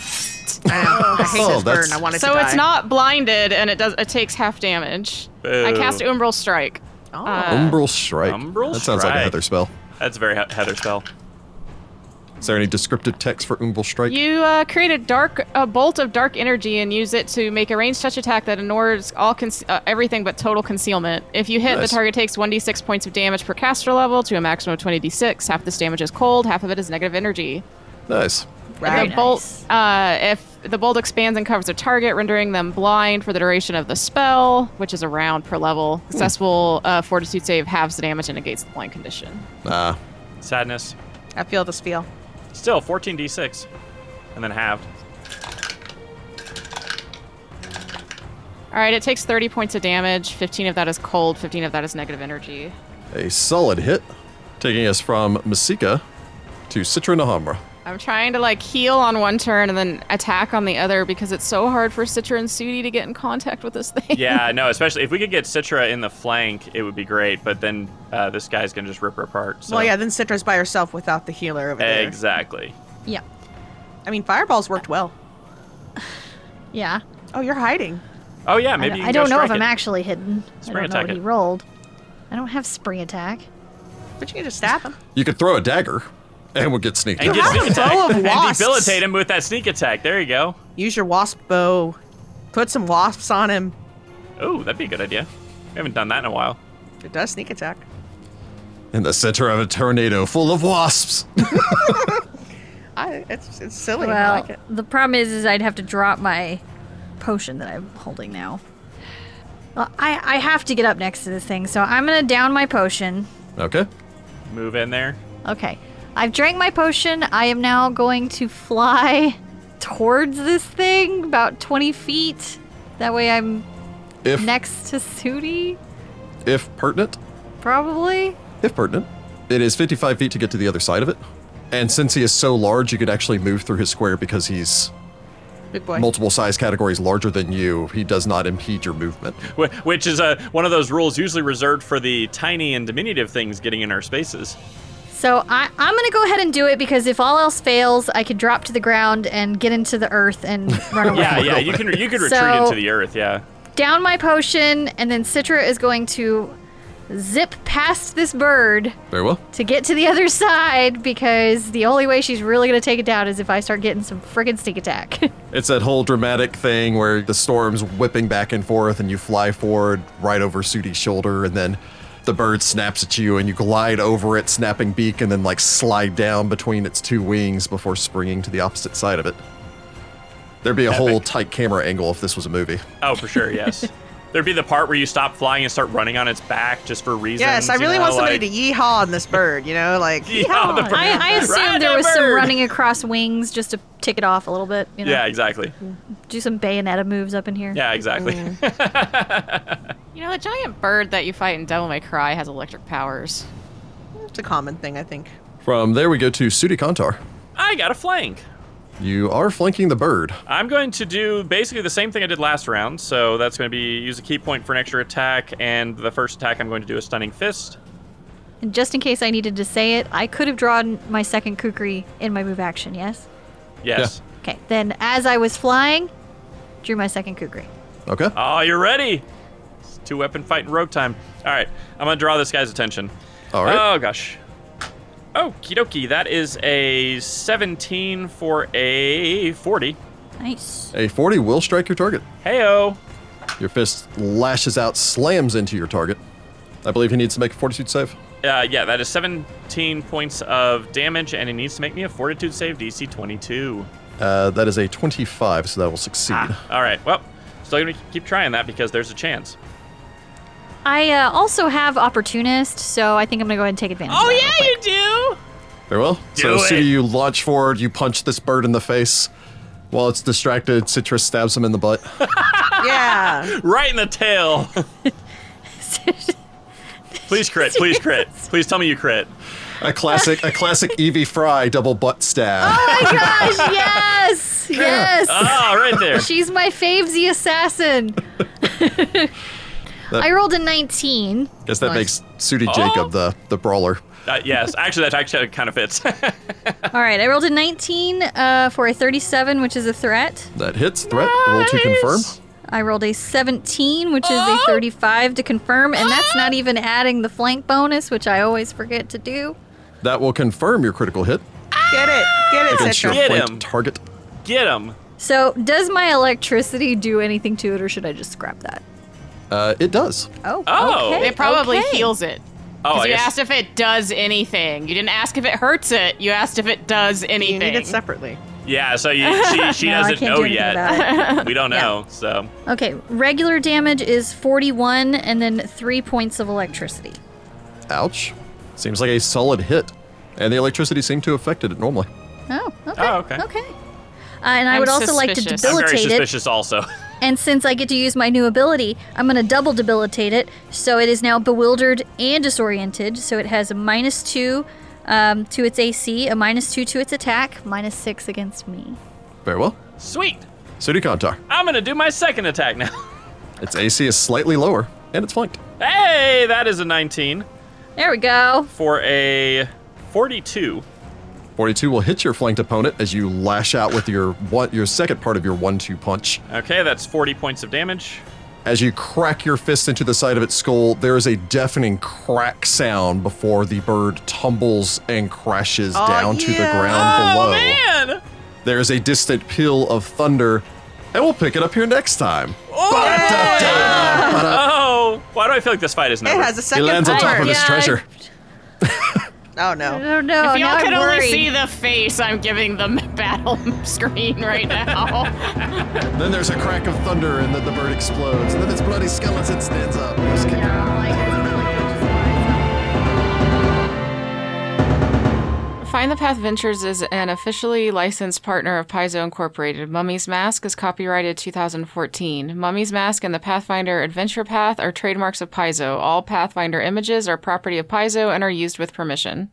Speaker 2: I know. I
Speaker 1: [laughs]
Speaker 2: hate
Speaker 1: Oh,
Speaker 2: this bird.
Speaker 1: that's-
Speaker 2: and I want it
Speaker 5: so
Speaker 2: to
Speaker 5: it's
Speaker 2: die.
Speaker 5: not blinded and it does it takes half damage. I
Speaker 3: Boo.
Speaker 5: cast Umbral Strike.
Speaker 2: Oh.
Speaker 5: Uh,
Speaker 1: Umbral Strike.
Speaker 3: Umbral
Speaker 1: that sounds like a
Speaker 3: Strike.
Speaker 1: Heather spell.
Speaker 3: That's a very he- Heather spell.
Speaker 1: Is there any descriptive text for Umbral Strike?
Speaker 5: You uh, create a dark a bolt of dark energy and use it to make a ranged touch attack that ignores all conce- uh, everything but total concealment. If you hit,
Speaker 1: Nice.
Speaker 5: the target takes 1d6 points of damage per caster level to a maximum of 20d6. Half this damage is cold, half of it is negative energy.
Speaker 1: Nice.
Speaker 2: Right.
Speaker 5: The bolt, uh, if the bolt expands and covers a target, rendering them blind for the duration of the spell, which is a round per level. Successful uh, fortitude save halves the damage and negates the blind condition.
Speaker 1: Nah.
Speaker 3: Sadness.
Speaker 2: I feel this feel.
Speaker 3: Still 14d6, and then halved.
Speaker 5: All right, it takes 30 points of damage. 15 of that is cold, 15 of that is negative energy.
Speaker 1: A solid hit. Taking us from Masika to Citra Nahamra.
Speaker 5: I'm trying to like heal on one turn and then attack on the other because it's so hard for Citra and Sudi to get in contact with this [laughs] thing.
Speaker 3: Yeah, no, especially if we could get Citra in the flank, it would be great. But then uh, this guy's gonna just rip her apart. So. Eh,
Speaker 2: Well, yeah, then Citra's by herself without the healer over there.
Speaker 3: Exactly.
Speaker 4: Yeah.
Speaker 2: I mean, fireballs worked well.
Speaker 4: Yeah.
Speaker 2: Oh, you're hiding.
Speaker 3: Oh yeah,
Speaker 4: I
Speaker 3: maybe
Speaker 4: don't-
Speaker 3: you
Speaker 4: I,
Speaker 3: can go
Speaker 4: don't know if
Speaker 3: strike
Speaker 4: I'm
Speaker 3: it.
Speaker 4: actually hidden.
Speaker 3: Spring
Speaker 4: I don't know
Speaker 3: attack
Speaker 4: what he
Speaker 3: it.
Speaker 4: rolled. I don't have spring attack.
Speaker 2: But you can just stab him.
Speaker 1: You could throw a dagger and we'll get sneak
Speaker 3: and
Speaker 1: attack.
Speaker 4: [laughs]
Speaker 2: have
Speaker 3: get sneak
Speaker 2: a
Speaker 3: attack
Speaker 2: bow of
Speaker 3: and
Speaker 2: wasps.
Speaker 3: debilitate him with that sneak attack. There you go.
Speaker 2: Use your wasp bow. Put some wasps on him.
Speaker 3: Oh, that'd be a good idea. We haven't done that in a while.
Speaker 2: It does sneak attack.
Speaker 1: In the center of a tornado full of wasps. [laughs]
Speaker 2: I, it's, it's silly.
Speaker 4: Well,
Speaker 2: I like it.
Speaker 4: the problem is, is I'd have to drop my potion that I'm holding now. Well, I I have to get up next to this thing, so I'm gonna down my potion.
Speaker 1: Okay.
Speaker 3: Move in there.
Speaker 4: Okay, I've drank my potion. I am now going to fly [laughs] towards this thing about 20 feet. That way, I'm
Speaker 1: If
Speaker 4: next to Sudi,
Speaker 1: if pertinent,
Speaker 4: probably.
Speaker 1: if pertinent, it is 55 feet to get to the other side of it. And since he is so large, you could actually move through his square because he's
Speaker 2: Big boy.
Speaker 1: multiple size categories larger than you, he does not impede your movement.
Speaker 3: Wh- Which is uh, one of those rules usually reserved for the tiny and diminutive things getting in our spaces.
Speaker 4: So I, I'm gonna go ahead and do it because if all else fails, I could drop to the ground and get into the
Speaker 3: [laughs]
Speaker 4: earth and run away.
Speaker 3: Yeah, yeah, you can you can retreat
Speaker 4: [laughs] So-
Speaker 3: into the earth. Yeah,
Speaker 4: Down my potion, and then Citra is going to zip past this bird
Speaker 1: Very well.
Speaker 4: to get to the other [laughs] side because the only way she's really gonna take it down is if I start getting some friggin' sneak attack. [laughs]
Speaker 1: It's that whole dramatic thing where the storm's whipping back and forth and you fly forward right over Sudi's shoulder and then the bird snaps at you and you glide over it, snapping beak, and then like slide down between its two wings before springing to the opposite side of it. There'd be a whole tight camera angle if this was a movie.
Speaker 3: Oh, for sure, yes. There'd be the part where you stop flying and start running on its back just for reasons.
Speaker 2: Yes, I
Speaker 3: you
Speaker 2: really
Speaker 3: know,
Speaker 2: want somebody
Speaker 3: like-
Speaker 2: to yeehaw on this bird. You know,
Speaker 1: [laughs]
Speaker 2: like
Speaker 3: [laughs] Yeah, the bird.
Speaker 4: I, I
Speaker 3: Ride
Speaker 4: assume there
Speaker 3: a
Speaker 4: was some
Speaker 3: bird.
Speaker 4: running across wings just to tick it off a little bit. You
Speaker 3: [laughs]
Speaker 4: know?
Speaker 3: Yeah, exactly.
Speaker 4: Do some bayonetta moves up in here.
Speaker 3: Yeah, exactly. [laughs]
Speaker 5: You know, the giant bird that you fight in Devil May Cry has electric powers.
Speaker 2: it's a common thing, I think.
Speaker 1: From there, we go to Sudi Kantar.
Speaker 3: I got a flank.
Speaker 1: You are flanking the bird.
Speaker 3: I'm going to do basically the same thing I did last round. So that's going to be use a key point for an extra attack, and the first attack I'm going to do a stunning fist.
Speaker 4: And just in case I needed to say it, I could have drawn my second kukri in my move action, yes?
Speaker 3: Yes.
Speaker 4: Okay, then as I was flying, drew my second kukri.
Speaker 1: Okay.
Speaker 3: Oh, you're ready. It's two weapon fight in rogue time. All right, I'm gonna draw this guy's attention.
Speaker 1: All right.
Speaker 3: Oh gosh. Okie dokie. That is a 17 for a 40.
Speaker 4: Nice.
Speaker 1: A 40 will strike your target.
Speaker 3: Heyo.
Speaker 1: Your fist lashes out, slams into your target. I believe he needs to make a fortitude save.
Speaker 3: Uh, yeah, that is 17 points of damage, and it needs to make me a fortitude save, DC 22.
Speaker 1: Uh, that is a 25, so that will succeed.
Speaker 3: All right, well, still gonna keep trying that because there's a chance.
Speaker 4: I uh, also have opportunist, so I think I'm gonna go ahead and take advantage. of that real quick.
Speaker 3: Oh, you
Speaker 1: Very well. so,
Speaker 3: Do it.
Speaker 1: Sudi, you launch forward, you punch this bird in the face. While it's distracted, Citrus stabs him in the butt.
Speaker 2: Yeah,
Speaker 3: do! Right in the [laughs] tail. please crit, please [laughs] crit. Please tell me you crit.
Speaker 1: A classic, a
Speaker 3: [laughs]
Speaker 1: classic Evie Fry double butt stab.
Speaker 4: Oh my gosh! [laughs] Yes, yes.
Speaker 3: Ah, right there.
Speaker 4: She's my favesy assassin. [laughs] I rolled a 19.
Speaker 1: Guess that
Speaker 5: Nice.
Speaker 1: makes Sudi Jacob the the brawler.
Speaker 3: Uh, yes, actually, that actually kind of fits. [laughs]
Speaker 4: All right, I rolled a 19 uh, for a 37, which is a threat.
Speaker 1: That hits. Threat roll to confirm.
Speaker 4: I rolled a 17, which is a 35 to confirm, and that's not even adding the flank bonus, which I always forget to do.
Speaker 1: That will confirm your critical hit
Speaker 2: get it, get it,
Speaker 1: against your
Speaker 2: Citra.
Speaker 3: Get
Speaker 1: flanked
Speaker 3: him.
Speaker 1: target.
Speaker 3: Get him.
Speaker 4: So, does my electricity do anything to it, or should I just scrap that?
Speaker 1: Uh, it does.
Speaker 4: Oh,
Speaker 3: Oh.
Speaker 4: okay,
Speaker 3: It
Speaker 5: It probably
Speaker 4: okay.
Speaker 5: heals it.
Speaker 3: Oh,
Speaker 5: 'Cause
Speaker 3: I
Speaker 5: you
Speaker 3: guess.
Speaker 5: asked if it does anything. You didn't ask if it hurts it. You asked if it does anything.
Speaker 2: You need it separately.
Speaker 3: Yeah, so you, she, she
Speaker 4: No, I
Speaker 3: doesn't
Speaker 4: can't
Speaker 3: know
Speaker 4: do anything
Speaker 3: yet.
Speaker 4: about it.
Speaker 3: We don't know, so.
Speaker 4: [laughs] Okay, regular damage is 41, and then three points of electricity.
Speaker 1: Ouch. Seems like a solid hit. And the electricity seemed to have affected it normally.
Speaker 4: Oh, okay.
Speaker 3: Oh, okay.
Speaker 4: Okay. Uh, and I
Speaker 5: I'm
Speaker 4: would also like to
Speaker 5: suspicious. I'm
Speaker 3: I'm very
Speaker 4: debilitate it.
Speaker 3: suspicious also. [laughs]
Speaker 4: And since I get to use my new ability, I'm going to double debilitate it. So it is now bewildered and disoriented. So it has a minus two um, to its AC, a minus two to its attack, minus six against me.
Speaker 1: Very well.
Speaker 3: Sweet.
Speaker 1: Sudi Kantar.
Speaker 3: I'm going to do my second attack now. [laughs]
Speaker 1: Its AC is slightly lower, and it's flanked.
Speaker 3: Hey, that is a 19
Speaker 4: There we go.
Speaker 3: for a 42.
Speaker 1: 42 will hit your flanked opponent as you lash out with your one, your second part of your one-two punch.
Speaker 3: Okay, that's 40 points of damage.
Speaker 1: As you crack your fist into the side of its skull, there is a deafening crack sound before the bird tumbles and crashes
Speaker 2: Aw,
Speaker 1: down to the
Speaker 2: yeah.
Speaker 1: ground below.
Speaker 3: man!
Speaker 1: There is a distant peal of thunder, and we'll pick it up here next time.
Speaker 4: Uh,
Speaker 3: Oh, why do I feel like this fight is
Speaker 2: It
Speaker 3: never?
Speaker 2: has
Speaker 1: He
Speaker 2: a second
Speaker 1: lands on top
Speaker 2: part.
Speaker 1: of his
Speaker 4: Yeah, I-
Speaker 1: treasure.
Speaker 2: Oh
Speaker 4: I
Speaker 2: no.
Speaker 4: don't know.
Speaker 5: If y'all
Speaker 4: now
Speaker 5: could
Speaker 4: I'm
Speaker 5: only
Speaker 4: worried.
Speaker 5: see the face I'm giving the [laughs] battle screen right now.
Speaker 1: Then there's a crack of thunder, and then the bird explodes, and then its bloody skeleton stands up. It was kicked
Speaker 4: No, like, I feel like I just-
Speaker 5: Find the Path Ventures is an officially licensed partner of Paizo Incorporated. Mummy's Mask is copyrighted 2014. Mummy's Mask and the Pathfinder Adventure Path are trademarks of Paizo. All Pathfinder images are property of Paizo and are used with permission.